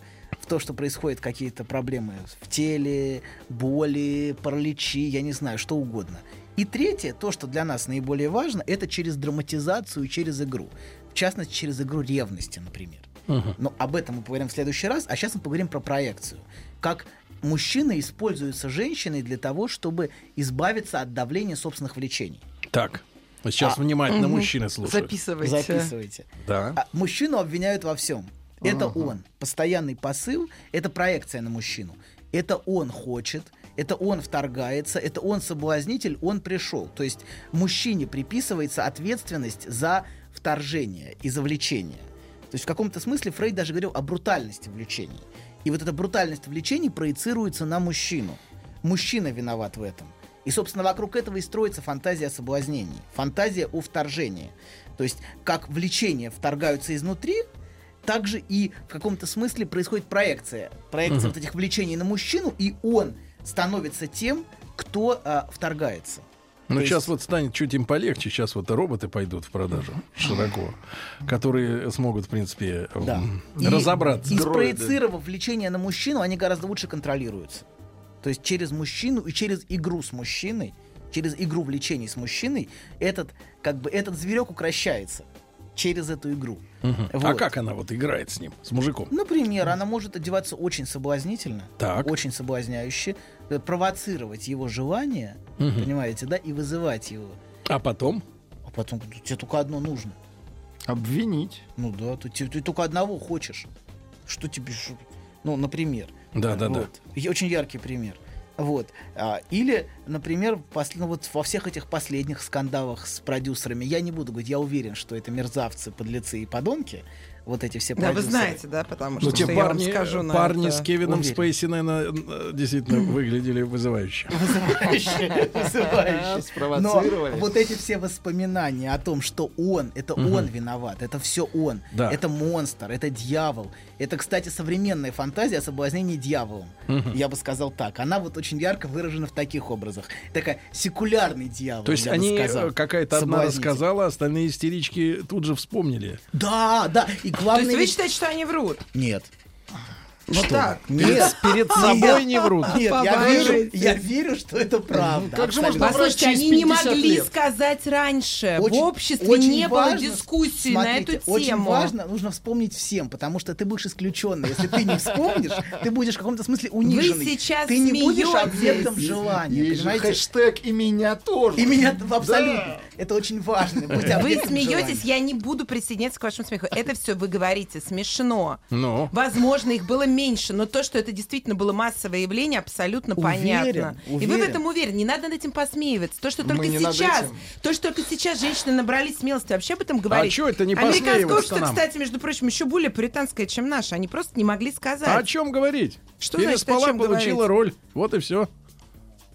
Speaker 4: в то, что происходит какие-то проблемы в теле, боли, параличи, я не знаю, что угодно. И третье, то, что для нас наиболее важно, это через драматизацию, и через игру. В частности, через игру ревности, например. Но об этом мы поговорим в следующий раз, а сейчас мы поговорим про проекцию. Как мужчины используются женщиной для того, чтобы избавиться от давления собственных влечений.
Speaker 3: Так, сейчас
Speaker 4: А,
Speaker 3: внимательно мужчины слушают.
Speaker 5: Записывайте.
Speaker 4: Записывайте.
Speaker 3: Да.
Speaker 4: А мужчину обвиняют во всем. Это он. Постоянный посыл — это проекция на мужчину. Это он хочет, это он вторгается, это он соблазнитель, он пришел. То есть мужчине приписывается ответственность за вторжение и за влечение. То есть в каком-то смысле Фрейд даже говорил о брутальности влечений. И вот эта брутальность влечений проецируется на мужчину. Мужчина виноват в этом. И, собственно, вокруг этого и строится фантазия о соблазнении, фантазия о вторжении. То есть, как влечения вторгаются изнутри, также и в каком-то смысле происходит проекция. Проекция вот этих влечений на мужчину, и он становится тем, кто а, вторгается.
Speaker 3: Ну,
Speaker 4: То есть-
Speaker 3: сейчас вот станет чуть им полегче, сейчас вот роботы пойдут в продажу широко, которые смогут, в принципе,
Speaker 4: Да.
Speaker 3: м,
Speaker 4: И-
Speaker 3: разобраться.
Speaker 4: И спроецировав влечение на мужчину, они гораздо лучше контролируются. То есть через мужчину и через игру с мужчиной, через игру влечений с мужчиной, этот, как бы, этот зверек укращается через эту игру.
Speaker 3: А
Speaker 4: Вот.
Speaker 3: как она вот играет с ним, с мужиком?
Speaker 4: Например, она может одеваться очень соблазнительно,
Speaker 3: Так.
Speaker 4: очень соблазняюще, э, провоцировать его желание, понимаете, да, и вызывать его.
Speaker 3: А потом?
Speaker 4: А потом говорит, тебе только одно нужно.
Speaker 6: Обвинить.
Speaker 4: Ну да, ты, ты- ты только одного хочешь. Что тебе? ш- Ну, например.
Speaker 3: Да, да, да.
Speaker 4: Вот. И Очень яркий пример. Вот. А, Или, например, посл- ну вот во всех этих последних скандалах с продюсерами, я не буду говорить, я уверен, что это мерзавцы, подлецы и подонки, вот эти все
Speaker 5: Да, вы
Speaker 4: продюсеры.
Speaker 5: знаете, да, потому
Speaker 3: Ну,
Speaker 5: что,
Speaker 3: те
Speaker 5: что я вам
Speaker 3: парни,
Speaker 5: скажу на
Speaker 3: парни
Speaker 5: это.
Speaker 3: с Кевином
Speaker 4: уверен.
Speaker 3: Спейси, наверное, э, действительно выглядели вызывающе.
Speaker 4: Вызывающе, вызывающе.
Speaker 6: Спровоцировали.
Speaker 4: Но вот эти все воспоминания о том, что он, это он виноват, это все он,
Speaker 3: Да.
Speaker 4: это монстр, это дьявол. Это, кстати, современная фантазия о соблазнении дьяволом. Я бы сказал так. Она вот очень ярко выражена в таких образах. Такая секулярный дьявол.
Speaker 3: То есть
Speaker 4: я бы
Speaker 3: они
Speaker 4: сказал.
Speaker 3: э, какая-то одна
Speaker 4: Соблазнитель.
Speaker 3: рассказала, остальные истерички тут же вспомнили.
Speaker 4: Да, да. И
Speaker 5: То
Speaker 4: главное...
Speaker 5: есть вы
Speaker 4: ведь-
Speaker 5: считаете, что они врут?
Speaker 4: Нет.
Speaker 5: Вот так.
Speaker 4: Нет.
Speaker 3: Перед собой не врут.
Speaker 4: Нет, я верю,
Speaker 5: Побожите.
Speaker 4: я верю, что это правда.
Speaker 6: Как же
Speaker 4: абсолютно.
Speaker 6: можно
Speaker 5: Послушайте,
Speaker 6: Через
Speaker 5: они не
Speaker 6: 50
Speaker 5: могли
Speaker 6: лет.
Speaker 5: сказать раньше.
Speaker 4: Очень-
Speaker 5: в обществе
Speaker 4: очень
Speaker 5: не было
Speaker 4: важно,
Speaker 5: дискуссии
Speaker 4: смотрите,
Speaker 5: на эту
Speaker 4: очень
Speaker 5: тему.
Speaker 4: важно, нужно вспомнить всем, потому что ты будешь исключенный. Если ты не вспомнишь, ты будешь в каком-то смысле униженный.
Speaker 5: сейчас
Speaker 4: ты не будешь
Speaker 5: смеетесь.
Speaker 4: объектом желания,
Speaker 6: Есть же
Speaker 4: понимаете?
Speaker 6: хэштег «И меня тоже».
Speaker 4: И меня т- абсолютно. Это очень важно. Будь
Speaker 5: Вы
Speaker 4: объектом
Speaker 5: смеетесь,
Speaker 4: желания.
Speaker 5: я не буду присоединяться к вашему смеху. Это все вы говорите смешно.
Speaker 3: Ну,
Speaker 5: Возможно, их было меньше, но то, что это действительно было массовое явление, абсолютно
Speaker 4: Уверен,
Speaker 5: понятно. И вы в
Speaker 4: уверен.
Speaker 5: этом уверены. Не надо над этим посмеиваться. То, что
Speaker 6: Мы
Speaker 5: только
Speaker 6: не над
Speaker 5: сейчас,
Speaker 6: этим.
Speaker 5: то, что только сейчас женщины набрались смелости вообще об этом говорить.
Speaker 3: чё это не
Speaker 5: Американское
Speaker 3: посмеиваться-то
Speaker 5: общество,
Speaker 3: нам?
Speaker 5: кстати, между прочим, еще более британское, чем наше. Они просто не могли сказать.
Speaker 3: а о чем говорить?
Speaker 5: Что
Speaker 3: Переспала,
Speaker 5: значит, о чем
Speaker 3: получила
Speaker 5: говорить?
Speaker 3: роль. Вот и все.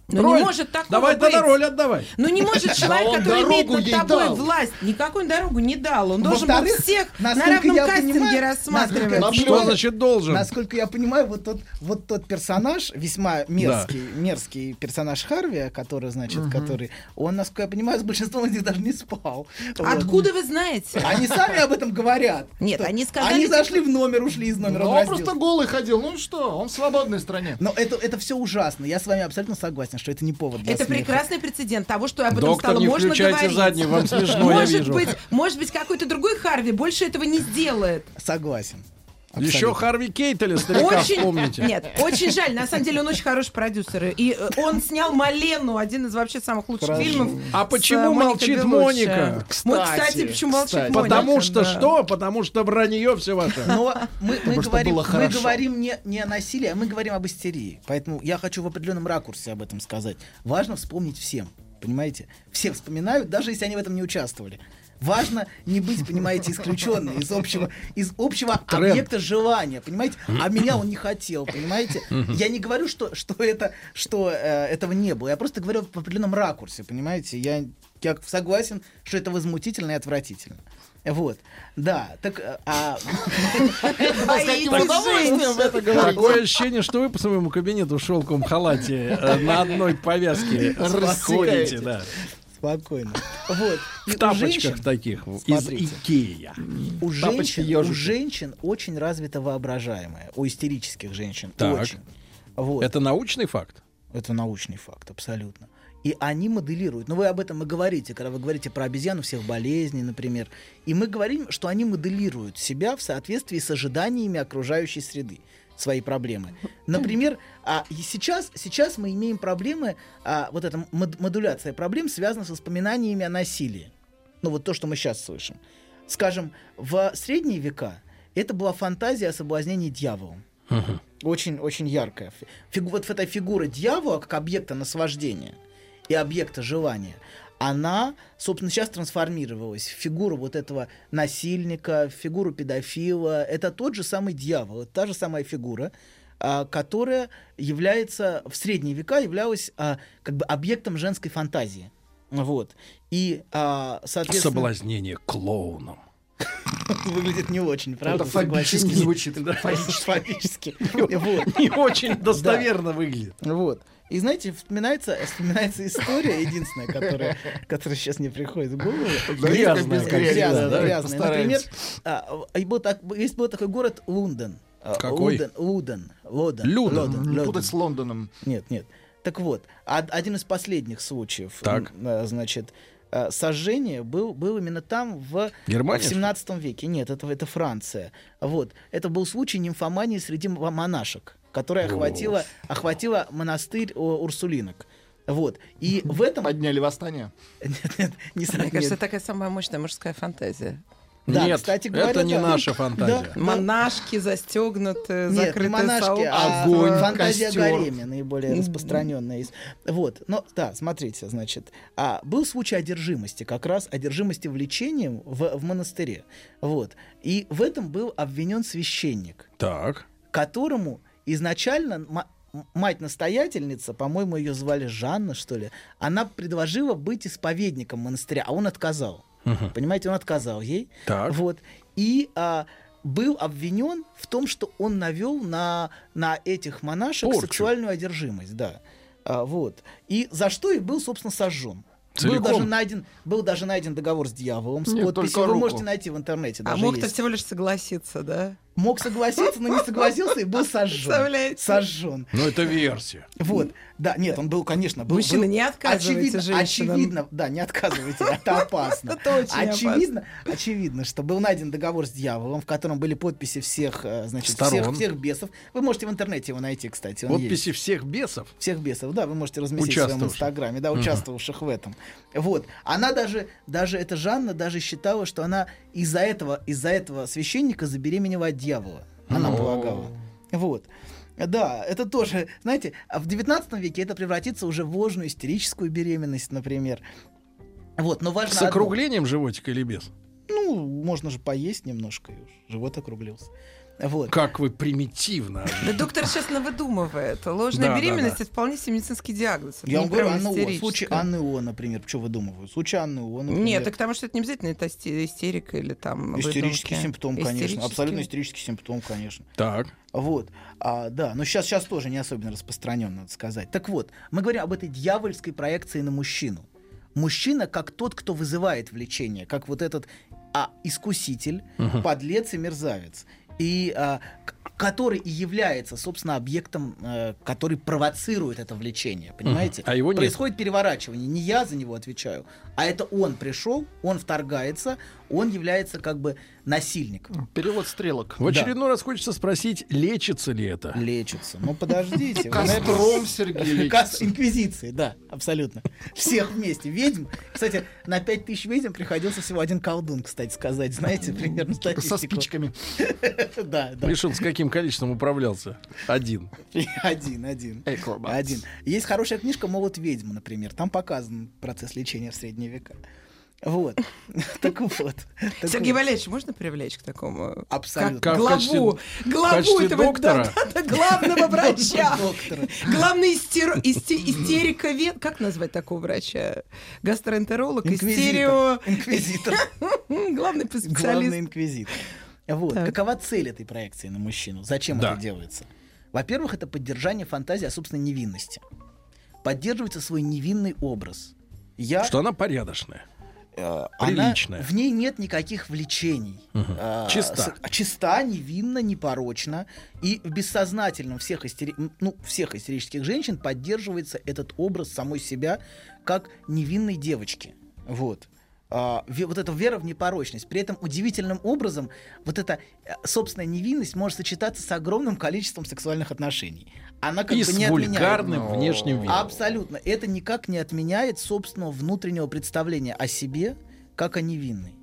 Speaker 5: Но
Speaker 3: роль.
Speaker 5: не может такого
Speaker 3: Давай
Speaker 5: быть.
Speaker 3: тогда роль отдавай.
Speaker 5: Ну не может человек,
Speaker 6: он
Speaker 5: который имеет
Speaker 6: дорогу
Speaker 5: над
Speaker 6: ей
Speaker 5: тобой
Speaker 6: дал.
Speaker 5: власть, никакую дорогу не дал. Он должен был
Speaker 4: Во-вторых,
Speaker 5: всех на
Speaker 4: насколько
Speaker 5: равном
Speaker 4: я
Speaker 5: кастинге
Speaker 4: понимаю,
Speaker 5: рассматривать.
Speaker 4: насколько я
Speaker 3: Что
Speaker 4: понимаю,
Speaker 3: значит должен?
Speaker 4: Насколько я понимаю, вот тот, вот тот персонаж, весьма мерзкий, мерзкий персонаж Харви, который, значит, который, он, насколько я понимаю, с большинством из них даже не спал. Вот.
Speaker 5: Откуда вы знаете?
Speaker 4: Они сами об этом говорят.
Speaker 5: Нет,
Speaker 4: Что-
Speaker 5: они сказали-
Speaker 4: Они зашли в номер, ушли из номера. он
Speaker 6: Ну, он
Speaker 4: разделся.
Speaker 6: просто голый ходил. Ну и что? Он в свободной стране.
Speaker 4: Но это, это все ужасно. Я с вами абсолютно согласен, что это не повод для
Speaker 5: Это
Speaker 4: смеха.
Speaker 5: прекрасный прецедент того, что об этом
Speaker 3: Доктор,
Speaker 5: стало
Speaker 3: не
Speaker 5: можно
Speaker 3: включайте
Speaker 5: говорить.
Speaker 3: задний, вам смешно, я
Speaker 5: Может
Speaker 3: вижу.
Speaker 5: быть, может быть, какой-то другой Харви больше этого не сделает.
Speaker 4: Согласен.
Speaker 3: Еще
Speaker 4: Абсолютно.
Speaker 3: Харви Кейтеля старика
Speaker 5: Очень,
Speaker 3: вспомните.
Speaker 5: нет, очень жаль. На самом деле он очень хороший продюсер. И э, он снял Малену, один из вообще самых лучших фильмов.
Speaker 3: А
Speaker 5: с, э,
Speaker 3: почему
Speaker 5: Моникой
Speaker 3: молчит
Speaker 5: Беллуччи.
Speaker 3: Моника?
Speaker 5: Вот, кстати,
Speaker 6: Кстати,
Speaker 5: почему молчит
Speaker 6: кстати.
Speaker 5: Моника?
Speaker 3: Потому что
Speaker 5: да.
Speaker 3: что? Потому что вранье все ваше.
Speaker 4: Но Ну, мы, мы
Speaker 6: что
Speaker 4: говорим,
Speaker 6: было
Speaker 4: мы
Speaker 6: хорошо.
Speaker 4: говорим не, не о насилии, а мы говорим об истерии. Поэтому я хочу в определенном ракурсе об этом сказать. Важно вспомнить всем. Понимаете? Все вспоминают, даже если они в этом не участвовали. Важно не быть, понимаете, исключенной из общего, из общего
Speaker 3: Тренд.
Speaker 4: объекта желания, понимаете? А меня он не хотел, понимаете? Я не говорю, что, что, это, что э, этого не было. Я просто говорю в определенном ракурсе, понимаете? Я, я согласен, что это возмутительно и отвратительно. Вот, да, так, э, а
Speaker 5: Боитесь женщин.
Speaker 3: Такое ощущение, что вы по своему кабинету в шелковом халате э, на одной повязке расходите, да.
Speaker 4: Спокойно. Вот. И
Speaker 3: В
Speaker 4: у женщин-
Speaker 3: тапочках таких, из
Speaker 4: Смотрите.
Speaker 3: Икея.
Speaker 4: у
Speaker 6: Тапочки
Speaker 4: женщин, у
Speaker 6: ёжики.
Speaker 4: женщин очень развито воображаемое. У истерических женщин.
Speaker 3: Так.
Speaker 4: Очень. Вот. Это...
Speaker 3: Это научный факт?
Speaker 4: научный факт, абсолютно. И они моделируют. Но вы об этом и говорите, когда вы говорите про обезьяну всех болезней, например. И мы говорим, что они моделируют себя в соответствии с ожиданиями окружающей среды свои проблемы. Например, а и сейчас, сейчас мы имеем проблемы, а, вот эта мод- модуляция проблем связана с воспоминаниями о насилии. Ну вот то, что мы сейчас слышим. Скажем, в средние века это была фантазия о соблазнении дьяволом. Очень-очень яркая. фи- фигу- вот эта фигура дьявола как объекта наслаждения и объекта желания, она, собственно, сейчас трансформировалась в фигуру вот этого насильника, в фигуру педофила. Это тот же самый дьявол, это та же самая фигура, а, которая является в средние века являлась а, как бы объектом женской фантазии. Вот. И, а, соответственно...
Speaker 3: Соблазнение клоуном.
Speaker 4: Выглядит не очень, правда?
Speaker 6: Это фактически
Speaker 4: согласись.
Speaker 6: звучит.
Speaker 4: Фактически. Вот.
Speaker 3: Не очень достоверно выглядит.
Speaker 4: Вот. И знаете, вспоминается, вспоминается история, единственная, которая, которая сейчас не приходит в голову.
Speaker 3: Грязная,
Speaker 6: без
Speaker 3: как
Speaker 6: грязи,
Speaker 3: всегда,
Speaker 4: грязная,
Speaker 3: да?
Speaker 4: грязная. Например,
Speaker 6: Постараемся.
Speaker 4: а, а, и был так- есть был такой город Лунден. А,
Speaker 3: Какой?
Speaker 4: Луден, Луден, Лоден.
Speaker 3: Люден.
Speaker 4: Лоден,
Speaker 6: Не
Speaker 4: Лоден.
Speaker 6: путать с Лондоном.
Speaker 4: Нет, нет. Так вот, од- один из последних случаев,
Speaker 3: Так.
Speaker 4: м, а, значит, а, сожжение был, был именно там в,
Speaker 3: Германия,
Speaker 4: в 17 веке. Нет, это, это Франция. Вот. Это был случай нимфомании среди м- монашек, которая охватила, охватила монастырь о, Урсулинок. Вот. И в этом...
Speaker 6: Подняли восстание.
Speaker 4: Нет, нет, не
Speaker 5: Мне
Speaker 4: сравнивай.
Speaker 5: кажется, это такая самая мощная мужская фантазия.
Speaker 4: Да,
Speaker 3: Нет,
Speaker 4: кстати говоря,
Speaker 3: это не
Speaker 4: да.
Speaker 3: наша
Speaker 4: Да.
Speaker 3: фантазия.
Speaker 5: Монашки застегнуты,
Speaker 4: Нет,
Speaker 5: закрытые
Speaker 4: не монашки, а
Speaker 3: Огонь,
Speaker 4: фантазия
Speaker 3: костер.
Speaker 4: гареме наиболее распространенная. из- Вот, но да, смотрите, значит, а, был случай одержимости, как раз одержимости влечением в, в монастыре. Вот, и в этом был обвинен священник,
Speaker 3: Так.
Speaker 4: которому изначально ма- м- мать-настоятельница, по-моему, ее звали Жанна, что ли, она предложила быть исповедником монастыря, а он отказал. Понимаете, он отказал ей.
Speaker 3: Так.
Speaker 4: Вот. И а, был обвинен в том, что он навел на, на этих монашек
Speaker 3: Порчу.
Speaker 4: сексуальную одержимость, да. А, вот. И за что и был, собственно, сожжен. Был
Speaker 3: Целиком?
Speaker 4: даже, найден, был даже найден договор с дьяволом с
Speaker 6: Нет,
Speaker 4: подписью.
Speaker 6: только
Speaker 4: Вы
Speaker 6: руку.
Speaker 4: можете найти в интернете.
Speaker 5: А
Speaker 4: Даже
Speaker 5: мог-то
Speaker 4: есть.
Speaker 5: всего лишь согласиться, да?
Speaker 4: Мог согласиться, но не согласился и был сожжен.
Speaker 5: Представляете?
Speaker 4: Сожжен.
Speaker 3: Но Ну, это версия.
Speaker 4: Вот. Да, нет, он был, конечно, был.
Speaker 5: Мужчина,
Speaker 4: был-
Speaker 5: не отказывайте
Speaker 4: очевидно,
Speaker 5: женщинам.
Speaker 4: Очевидно, да, не отказывайте, это опасно.
Speaker 5: Это очень
Speaker 4: очевидно, очевидно, что был найден договор с дьяволом, в котором были подписи всех, э, значит, всех,
Speaker 3: Сторон.
Speaker 4: всех бесов. Вы можете в интернете его найти, кстати. он есть.
Speaker 3: Подписи всех бесов.
Speaker 4: Всех бесов, да, вы можете разместить в своем
Speaker 3: Участвовавших.
Speaker 4: инстаграме, да, участвовавших в этом. Вот. Она даже, даже эта Жанна даже считала, что она из-за этого, из-за этого священника забеременела от дьявола. Она полагала. Вот. Да, это тоже, знаете, а в 19 веке это превратится уже в ложную истерическую беременность, например. Вот, но важно
Speaker 3: С
Speaker 4: одно.
Speaker 3: округлением животика или без?
Speaker 4: Ну, можно же поесть немножко, и уж живот округлился. Вот.
Speaker 3: Как вы примитивно.
Speaker 5: Да доктор честно выдумывает. Ложная
Speaker 3: Да, да,
Speaker 5: беременность
Speaker 3: да.
Speaker 5: это вполне себе медицинский диагноз. Это
Speaker 4: Я
Speaker 5: не
Speaker 4: вам говорю,
Speaker 5: Ну, прям
Speaker 4: Анна О,
Speaker 5: истерическое.
Speaker 4: случай Анны О, например, что выдумываю? Случай Анны О, например.
Speaker 5: Нет, так потому что это не обязательно это исти- истерика или там
Speaker 4: Истерический
Speaker 5: выдумки.
Speaker 4: симптом, конечно.
Speaker 5: Истерический.
Speaker 4: Абсолютно истерический симптом, конечно.
Speaker 3: Так.
Speaker 4: Вот. А, да, но сейчас, сейчас тоже не особенно распространен, надо сказать. Так вот, мы говорим об этой дьявольской проекции на мужчину. Мужчина как тот, кто вызывает влечение, как вот этот а, искуситель, подлец и мерзавец. И а, к- который и является, собственно, объектом, э, который провоцирует это влечение, понимаете?
Speaker 3: А его нет.
Speaker 4: Происходит переворачивание. Не я за него отвечаю, а это он пришел, он вторгается, он является как бы насильником.
Speaker 6: Перевод стрелок.
Speaker 3: В очередной раз хочется спросить, лечится ли это?
Speaker 4: Лечится. Ну подождите. вы на это-
Speaker 6: Костром, Сергей
Speaker 4: Кас
Speaker 6: лечится.
Speaker 4: Инквизиции, да, абсолютно. Всех вместе. Ведьм. Кстати, на 5000 ведьм приходился всего один колдун, кстати сказать. Знаете, примерно
Speaker 6: Только Со
Speaker 4: статистику.
Speaker 6: спичками.
Speaker 4: Да, да.
Speaker 3: Решил, с каким количеством управлялся? Один.
Speaker 4: Один, один.
Speaker 6: Эклобат.
Speaker 4: Один. Есть хорошая книжка «Молот ведьмы», например. Там показан процесс лечения в средние века. Вот. Так вот. Так
Speaker 5: Сергей
Speaker 4: вот.
Speaker 5: Валерьевич, можно привлечь к такому?
Speaker 4: Абсолютно.
Speaker 5: Как
Speaker 3: Как в
Speaker 5: главу,
Speaker 3: качестве- в
Speaker 5: главу
Speaker 3: качестве
Speaker 5: этого, да,
Speaker 3: доктора?
Speaker 5: да, да, главного врача.
Speaker 4: Доктора.
Speaker 5: Главный истеро- исте- истерика вен. Как назвать такого врача? Гастроэнтеролог, истерио.
Speaker 4: Инквизитор. Инквизитор.
Speaker 5: М, Главный п-
Speaker 4: Главный
Speaker 5: специалист.
Speaker 4: инквизитор. Вот.
Speaker 5: Так.
Speaker 4: Какова цель этой проекции на мужчину? Зачем
Speaker 3: Да.
Speaker 4: это делается? Во-первых, это поддержание фантазии о собственной невинности. Поддерживается свой невинный образ. Я,
Speaker 3: Что она порядочная.
Speaker 4: э, она-
Speaker 3: приличная.
Speaker 4: в ней нет никаких влечений. А,
Speaker 3: Чиста.
Speaker 4: с- чиста, невинна, непорочна. И в бессознательном всех, истери- м, ну, всех истерических женщин поддерживается этот образ самой себя как невинной девочки. Вот. А, ве- вот эта вера в непорочность. При этом удивительным образом вот эта э, собственная невинность может сочетаться с огромным количеством сексуальных отношений. Она как
Speaker 3: И
Speaker 4: бы
Speaker 3: с
Speaker 4: не отменяет.
Speaker 3: вульгарным внешним видом.
Speaker 4: Абсолютно. Это никак не отменяет собственного внутреннего представления о себе как о невинной.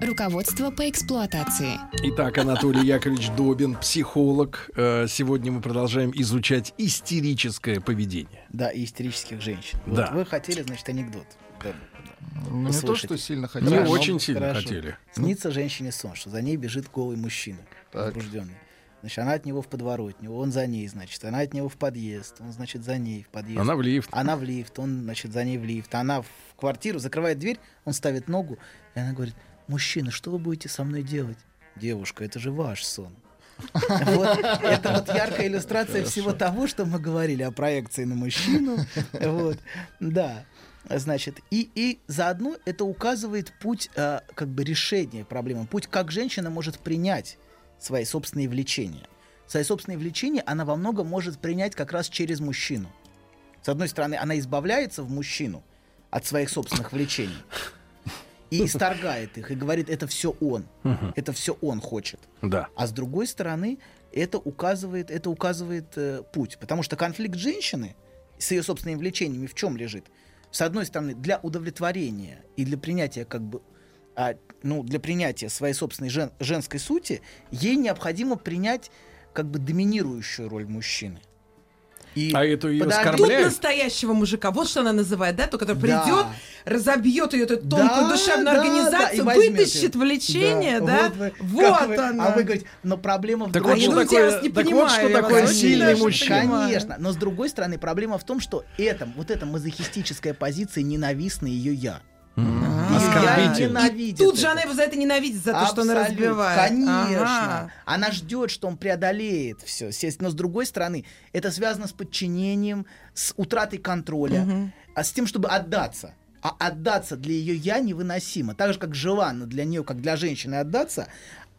Speaker 2: Руководство по эксплуатации.
Speaker 3: Итак, Анатолий Яковлевич Добин, психолог. Э, Сегодня мы продолжаем изучать истерическое поведение.
Speaker 4: Да, и истерических женщин. Вот
Speaker 3: Да.
Speaker 4: вы хотели, значит, анекдот. Да.
Speaker 6: Ну, не то,
Speaker 4: Послушайте.
Speaker 6: что сильно хотел.
Speaker 3: Не
Speaker 4: Хорошо,
Speaker 3: очень сильно
Speaker 4: хорошо.
Speaker 3: хотели.
Speaker 4: Снится женщине сон, что за ней бежит голый мужчина,
Speaker 6: Так.
Speaker 4: возбужденный. Значит, она от него в подворотню, он за ней, значит, она от него в подъезд, он, значит, за ней в подъезд.
Speaker 3: Она в лифт.
Speaker 4: Она в лифт, он, значит, за ней в лифт. Она в квартиру, закрывает дверь, он ставит ногу, и она говорит, мужчина, что вы будете со мной делать? Девушка, это же ваш сон. Вот, это вот яркая иллюстрация всего того, что мы говорили о проекции на мужчину. Вот, да. Значит, и, и заодно это указывает путь э, как бы решения проблемы, путь, как женщина может принять свои собственные влечения. Свои собственные влечения она во многом может принять как раз через мужчину. С одной стороны, она избавляется в мужчину от своих собственных влечений и исторгает их, и говорит, это все он, это все он хочет.
Speaker 3: Да.
Speaker 4: А с другой стороны, это указывает, это указывает э, путь. Потому что конфликт женщины с ее собственными влечениями в чем лежит? С одной стороны, для удовлетворения и для принятия как бы а, ну, для принятия своей собственной жен- женской сути, ей необходимо принять как бы доминирующую роль мужчины. И
Speaker 3: А это ее
Speaker 4: подавить-
Speaker 5: Тут
Speaker 3: оскорбляет?
Speaker 5: настоящего мужика, вот что она называет, да, то, который
Speaker 4: Да.
Speaker 5: придет, разобьет ее эту тонкую
Speaker 4: Да,
Speaker 5: душевную
Speaker 4: да,
Speaker 5: организацию,
Speaker 4: да, и возьмет
Speaker 5: вытащит
Speaker 4: её.
Speaker 5: влечение, да,
Speaker 4: Да, вот вы-
Speaker 5: вот,
Speaker 4: как вы-
Speaker 5: она.
Speaker 4: А вы говорите, но проблема в
Speaker 3: Так
Speaker 4: другом.
Speaker 3: вот,
Speaker 4: ну,
Speaker 3: что
Speaker 5: ну, я
Speaker 3: такое,
Speaker 5: вас не
Speaker 3: так вот,
Speaker 5: понимаю,
Speaker 3: что
Speaker 5: я вас
Speaker 3: такое
Speaker 5: очень
Speaker 3: сильный
Speaker 5: даже
Speaker 3: мужчина.
Speaker 5: понимаю.
Speaker 4: Конечно, но с другой стороны проблема в том, что это, вот эта мазохистическая позиция ненавистна ее я.
Speaker 5: А.
Speaker 4: Её
Speaker 3: Оскорбитель.
Speaker 4: Я ненавидит
Speaker 5: Тут же
Speaker 4: это.
Speaker 5: она его за это ненавидит, за то, что она
Speaker 4: Абсолютно,
Speaker 5: разбивает.
Speaker 4: Конечно.
Speaker 5: Ага.
Speaker 4: Она ждет, что он преодолеет все. Но с другой стороны, это связано с подчинением, с утратой контроля, а с тем, чтобы отдаться. А отдаться для ее я невыносимо. Так же, как желанно для нее, как для женщины отдаться.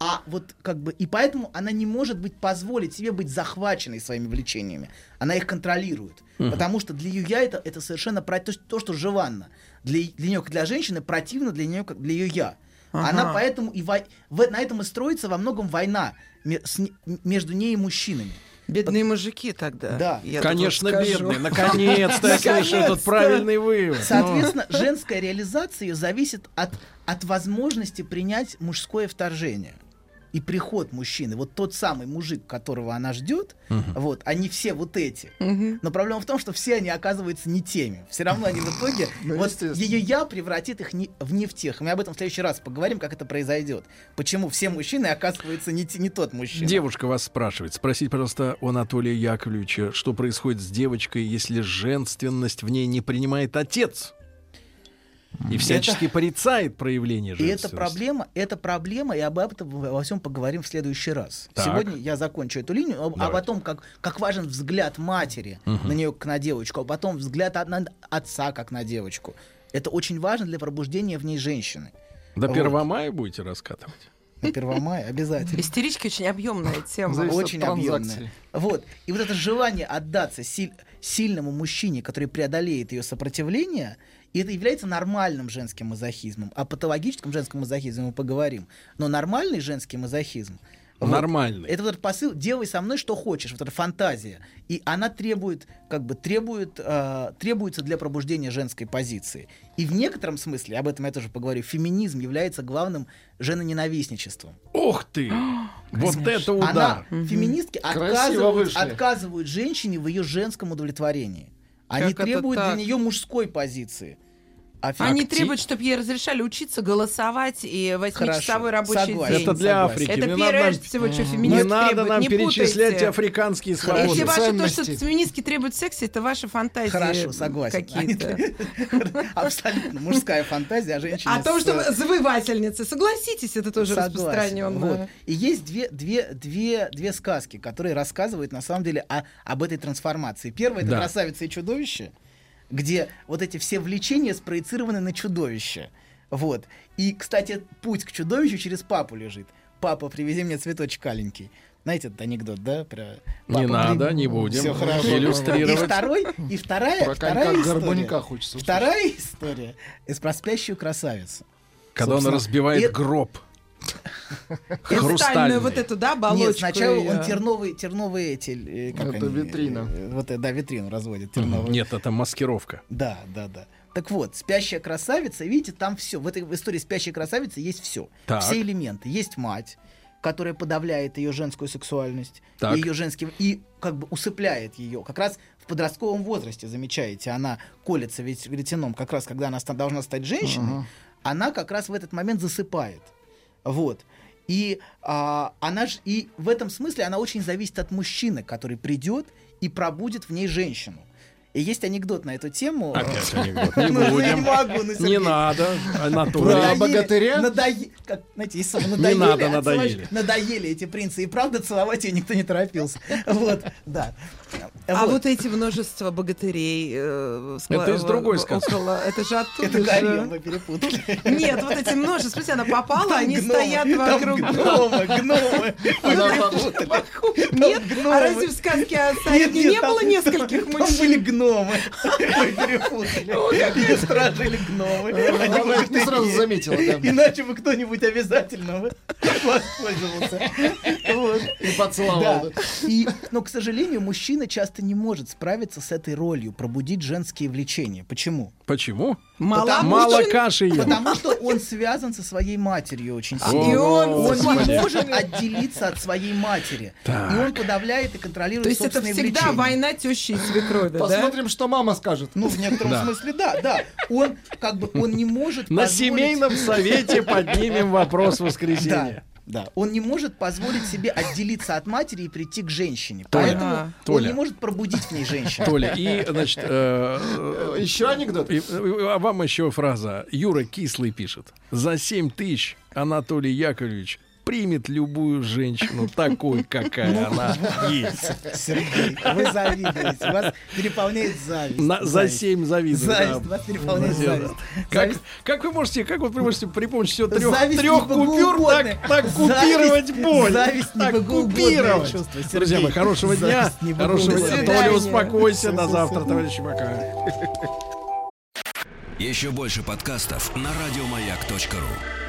Speaker 4: А вот как бы... И поэтому она не может быть позволить себе быть захваченной своими влечениями. Она их контролирует. Потому что для ее я это, это совершенно про то, то, что желанно. Для, для нее, как для женщины, противно для нее, как для ее я. Она
Speaker 5: Ага.
Speaker 4: поэтому и вой- в- на этом и строится во многом война ме- с не- между ней и мужчинами.
Speaker 5: Бедные мужики тогда.
Speaker 4: Да.
Speaker 5: я так
Speaker 3: Конечно,
Speaker 5: вам скажу.
Speaker 3: бедный. Наконец-то я слышу этот
Speaker 5: Наконец-то.
Speaker 3: правильный вывод.
Speaker 4: Соответственно, женская реализация ее зависит от, от возможности принять мужское вторжение. И приход мужчины, вот тот самый мужик, которого она ждет, вот, они все вот эти. Но проблема в том, что все они оказываются не теми. Все равно они в итоге,
Speaker 6: Ну,
Speaker 4: вот
Speaker 6: естественно.
Speaker 4: ее я превратит их не, в не в тех. Мы об этом в следующий раз поговорим, как это произойдет. Почему все мужчины оказываются не, те- не тот мужчина.
Speaker 3: Девушка вас спрашивает. Спросите, пожалуйста, у Анатолия Яковлевича, что происходит с девочкой, если женственность в ней не принимает отец? И всячески порицает проявление
Speaker 4: И это
Speaker 3: женственности.
Speaker 4: проблема, это проблема, и об этом во всем поговорим в следующий раз.
Speaker 3: Так.
Speaker 4: Сегодня я закончу эту линию, об- а
Speaker 3: Давайте.
Speaker 4: потом как, как важен взгляд матери на нее как на девочку, а потом взгляд от- на отца как на девочку. Это очень важно для пробуждения в ней женщины.
Speaker 3: До
Speaker 4: Вот.
Speaker 3: 1 мая будете раскатывать?
Speaker 4: На 1 мая обязательно.
Speaker 5: Истерички очень объемная тема.
Speaker 6: Зависит от
Speaker 4: Очень
Speaker 6: транзакций.
Speaker 4: объемная. Вот. И вот это желание отдаться силь- сильному мужчине, который преодолеет ее сопротивление, и это является нормальным женским а мазохизмом. О патологическом женском мазохизме мы поговорим. Но нормальный женский мазохизм Вот.
Speaker 3: Нормальный.
Speaker 4: Это вот этот посыл «делай со мной что хочешь», вот эта фантазия. И она требует, как бы требует, э, требуется для пробуждения женской позиции. И в некотором смысле, об этом я тоже поговорю, феминизм является главным женоненавистничеством.
Speaker 3: Ух ты! Вот это удар!
Speaker 4: А, Она, феминистки
Speaker 6: Красиво
Speaker 4: отказывают,
Speaker 6: вышли.
Speaker 4: отказывают женщине в ее женском удовлетворении. Они
Speaker 5: Как это
Speaker 4: требуют для
Speaker 5: так?
Speaker 4: нее мужской позиции. А фе-
Speaker 5: Они
Speaker 3: Акти-
Speaker 5: требуют, чтобы ей разрешали учиться, голосовать и восьмичасовой
Speaker 4: Хорошо,
Speaker 5: рабочий
Speaker 4: согласен.
Speaker 5: день.
Speaker 3: Это для
Speaker 4: согласен.
Speaker 3: Африки.
Speaker 5: Это
Speaker 3: не надо
Speaker 5: первое
Speaker 3: ну, нам,
Speaker 5: всего, что
Speaker 3: не
Speaker 5: феминистки
Speaker 3: надо
Speaker 5: требуют.
Speaker 3: нам
Speaker 5: не
Speaker 3: перечислять
Speaker 5: путайте.
Speaker 3: африканские
Speaker 6: Хорошо.
Speaker 5: Если
Speaker 3: свободы.
Speaker 5: ваши то, что
Speaker 6: Ценности.
Speaker 5: феминистки требуют секса, это ваши фантазии
Speaker 4: Хорошо, согласен.
Speaker 5: какие-то.
Speaker 4: Абсолютно мужская фантазия, а женщина...
Speaker 5: О том,
Speaker 4: с, э,
Speaker 5: что завоевательницы, согласитесь, это тоже
Speaker 4: Согласен.
Speaker 5: распространенно.
Speaker 4: Вот. И есть две, две, две, две сказки, которые рассказывают на самом деле о, об этой трансформации. Первая это
Speaker 3: Да.
Speaker 4: красавица и чудовище, где вот эти все влечения спроецированы на чудовище. Вот. И, кстати, путь к чудовищу через папу лежит. Папа, привези мне цветочек аленький. Знаете этот анекдот, да? Про
Speaker 3: Не надо, не будем
Speaker 4: Все хорошо. И,
Speaker 3: иллюстрировать.
Speaker 4: второй, и вторая,
Speaker 6: Про
Speaker 4: вторая
Speaker 6: конька
Speaker 4: история.
Speaker 6: горбунька хочется услышать.
Speaker 4: Вторая история. Из про спящую красавицу.
Speaker 3: Когда он
Speaker 4: Собственно,
Speaker 3: разбивает
Speaker 4: это-
Speaker 3: гроб.
Speaker 5: Хрустальную
Speaker 3: Хрустальный.
Speaker 5: вот эту, да, оболочку.
Speaker 4: Нет, сначала он
Speaker 5: её.
Speaker 4: терновый, терновый эти... э, как
Speaker 6: Это
Speaker 4: они,
Speaker 6: витрина.
Speaker 4: э, Вот, э, да, витрину разводит терновый.
Speaker 3: Нет, это маскировка.
Speaker 4: Да, да, да. Так вот, спящая красавица, видите, там все. В этой истории спящей красавицы есть все.
Speaker 3: Так.
Speaker 4: Все элементы. Есть мать, которая подавляет ее женскую сексуальность,
Speaker 3: Так.
Speaker 4: ее женский и как бы усыпляет ее. Как раз в подростковом возрасте, замечаете, она колется ведь ретином, как раз когда она ста- должна стать женщиной, она как раз в этот момент засыпает. Вот. И а, она ж, и в этом смысле она очень зависит от мужчины, который придет и пробудет в ней женщину. И есть анекдот на эту тему.
Speaker 3: Опять анекдот. Не
Speaker 4: Ну, я
Speaker 3: будем.
Speaker 4: не могу, ну, Сергей.
Speaker 3: Не надо,
Speaker 6: Про
Speaker 3: Анатолий.
Speaker 4: Надоели-
Speaker 6: богатыря?
Speaker 4: Надоели, как, знаете, есть слово надоели,
Speaker 3: надо,
Speaker 4: а
Speaker 3: надоели.
Speaker 4: целовать- надоели эти принцы. И правда, целовать ее никто не торопился. Вот, да.
Speaker 5: А
Speaker 4: Вот.
Speaker 5: вот эти множество богатырей... э, скла-
Speaker 3: Это из другой
Speaker 5: э,
Speaker 3: сказки.
Speaker 5: около- Это же оттуда
Speaker 4: Это
Speaker 5: же.
Speaker 4: Дарья, мы перепутали.
Speaker 5: Нет, вот эти множество, смотрите, она попала,
Speaker 4: Там
Speaker 5: они
Speaker 4: гномы,
Speaker 5: стоят
Speaker 4: там
Speaker 5: вокруг.
Speaker 4: Гномы, гномы.
Speaker 6: Она
Speaker 5: Вокруг. Нет, а разве в сказке о Саидне не
Speaker 4: там-
Speaker 5: было нескольких
Speaker 4: Там были
Speaker 5: мужчин?
Speaker 4: гномы. Мы перепутали. Ее стражили гномы. а не
Speaker 6: их не
Speaker 4: богатыри.
Speaker 6: ну, сразу заметила. да.
Speaker 4: Иначе бы кто-нибудь обязательно бы воспользовался. Вот.
Speaker 6: И
Speaker 4: Да.
Speaker 6: поцеловала.
Speaker 4: И, но, к сожалению, мужчина часто не может справиться с этой ролью, пробудить женские влечения. Почему?
Speaker 3: Почему?
Speaker 5: Мало
Speaker 3: Мало
Speaker 5: мужчин.
Speaker 3: каши ем.
Speaker 4: Потому что он связан со своей матерью очень
Speaker 5: А,
Speaker 4: сильно.
Speaker 5: И он,
Speaker 3: О,
Speaker 4: Он
Speaker 5: Господи.
Speaker 4: не может отделиться от своей матери.
Speaker 3: Так.
Speaker 4: И он подавляет и контролирует
Speaker 5: То есть это
Speaker 4: собственные
Speaker 5: всегда
Speaker 4: влечения.
Speaker 5: война тещи и свекрови, да?
Speaker 6: Посмотрим, что мама скажет.
Speaker 4: Ну, в некотором
Speaker 3: Да.
Speaker 4: смысле, да, да. Он как бы он не может
Speaker 3: На
Speaker 4: позволить-
Speaker 3: семейном совете поднимем вопрос
Speaker 4: да,
Speaker 3: воскресенья.
Speaker 4: да. Он не может позволить себе отделиться от матери и прийти к женщине.
Speaker 3: Толя,
Speaker 4: Поэтому
Speaker 5: Ага.
Speaker 4: он
Speaker 3: Толя.
Speaker 4: не может пробудить в ней женщину.
Speaker 3: Толя, и, значит, э,
Speaker 6: Еще анекдот.
Speaker 3: И, э, а вам еще фраза. Юра Кислый пишет. За 7 тысяч Анатолий Яковлевич примет любую женщину такой,
Speaker 4: Ну,
Speaker 3: какая она есть.
Speaker 4: Сергей, вы завидуете. Вас переполняет зависть.
Speaker 3: На- за
Speaker 4: Зависть.
Speaker 3: 7 завидую.
Speaker 4: Зависть,
Speaker 3: да.
Speaker 4: вас переполняет зависть.
Speaker 3: Как,
Speaker 4: Зависть-
Speaker 3: как вы можете, как вы можете при помощи всего трех,
Speaker 4: зависть
Speaker 3: трех
Speaker 4: не
Speaker 3: купюр
Speaker 4: богоугодная.
Speaker 3: так, так
Speaker 4: Зависть-
Speaker 3: купировать боль?
Speaker 4: зависть не
Speaker 3: так
Speaker 4: богоугодное
Speaker 3: купировать.
Speaker 4: чувство, Сергей.
Speaker 3: Друзья мои, хорошего дня.
Speaker 4: Зависть не
Speaker 3: Хорошего
Speaker 4: богоугодная.
Speaker 3: дня. Толя,
Speaker 5: До свидания.
Speaker 3: успокойся. До завтра, товарищи. Пока.
Speaker 7: Еще больше подкастов на радиомаяк.ру.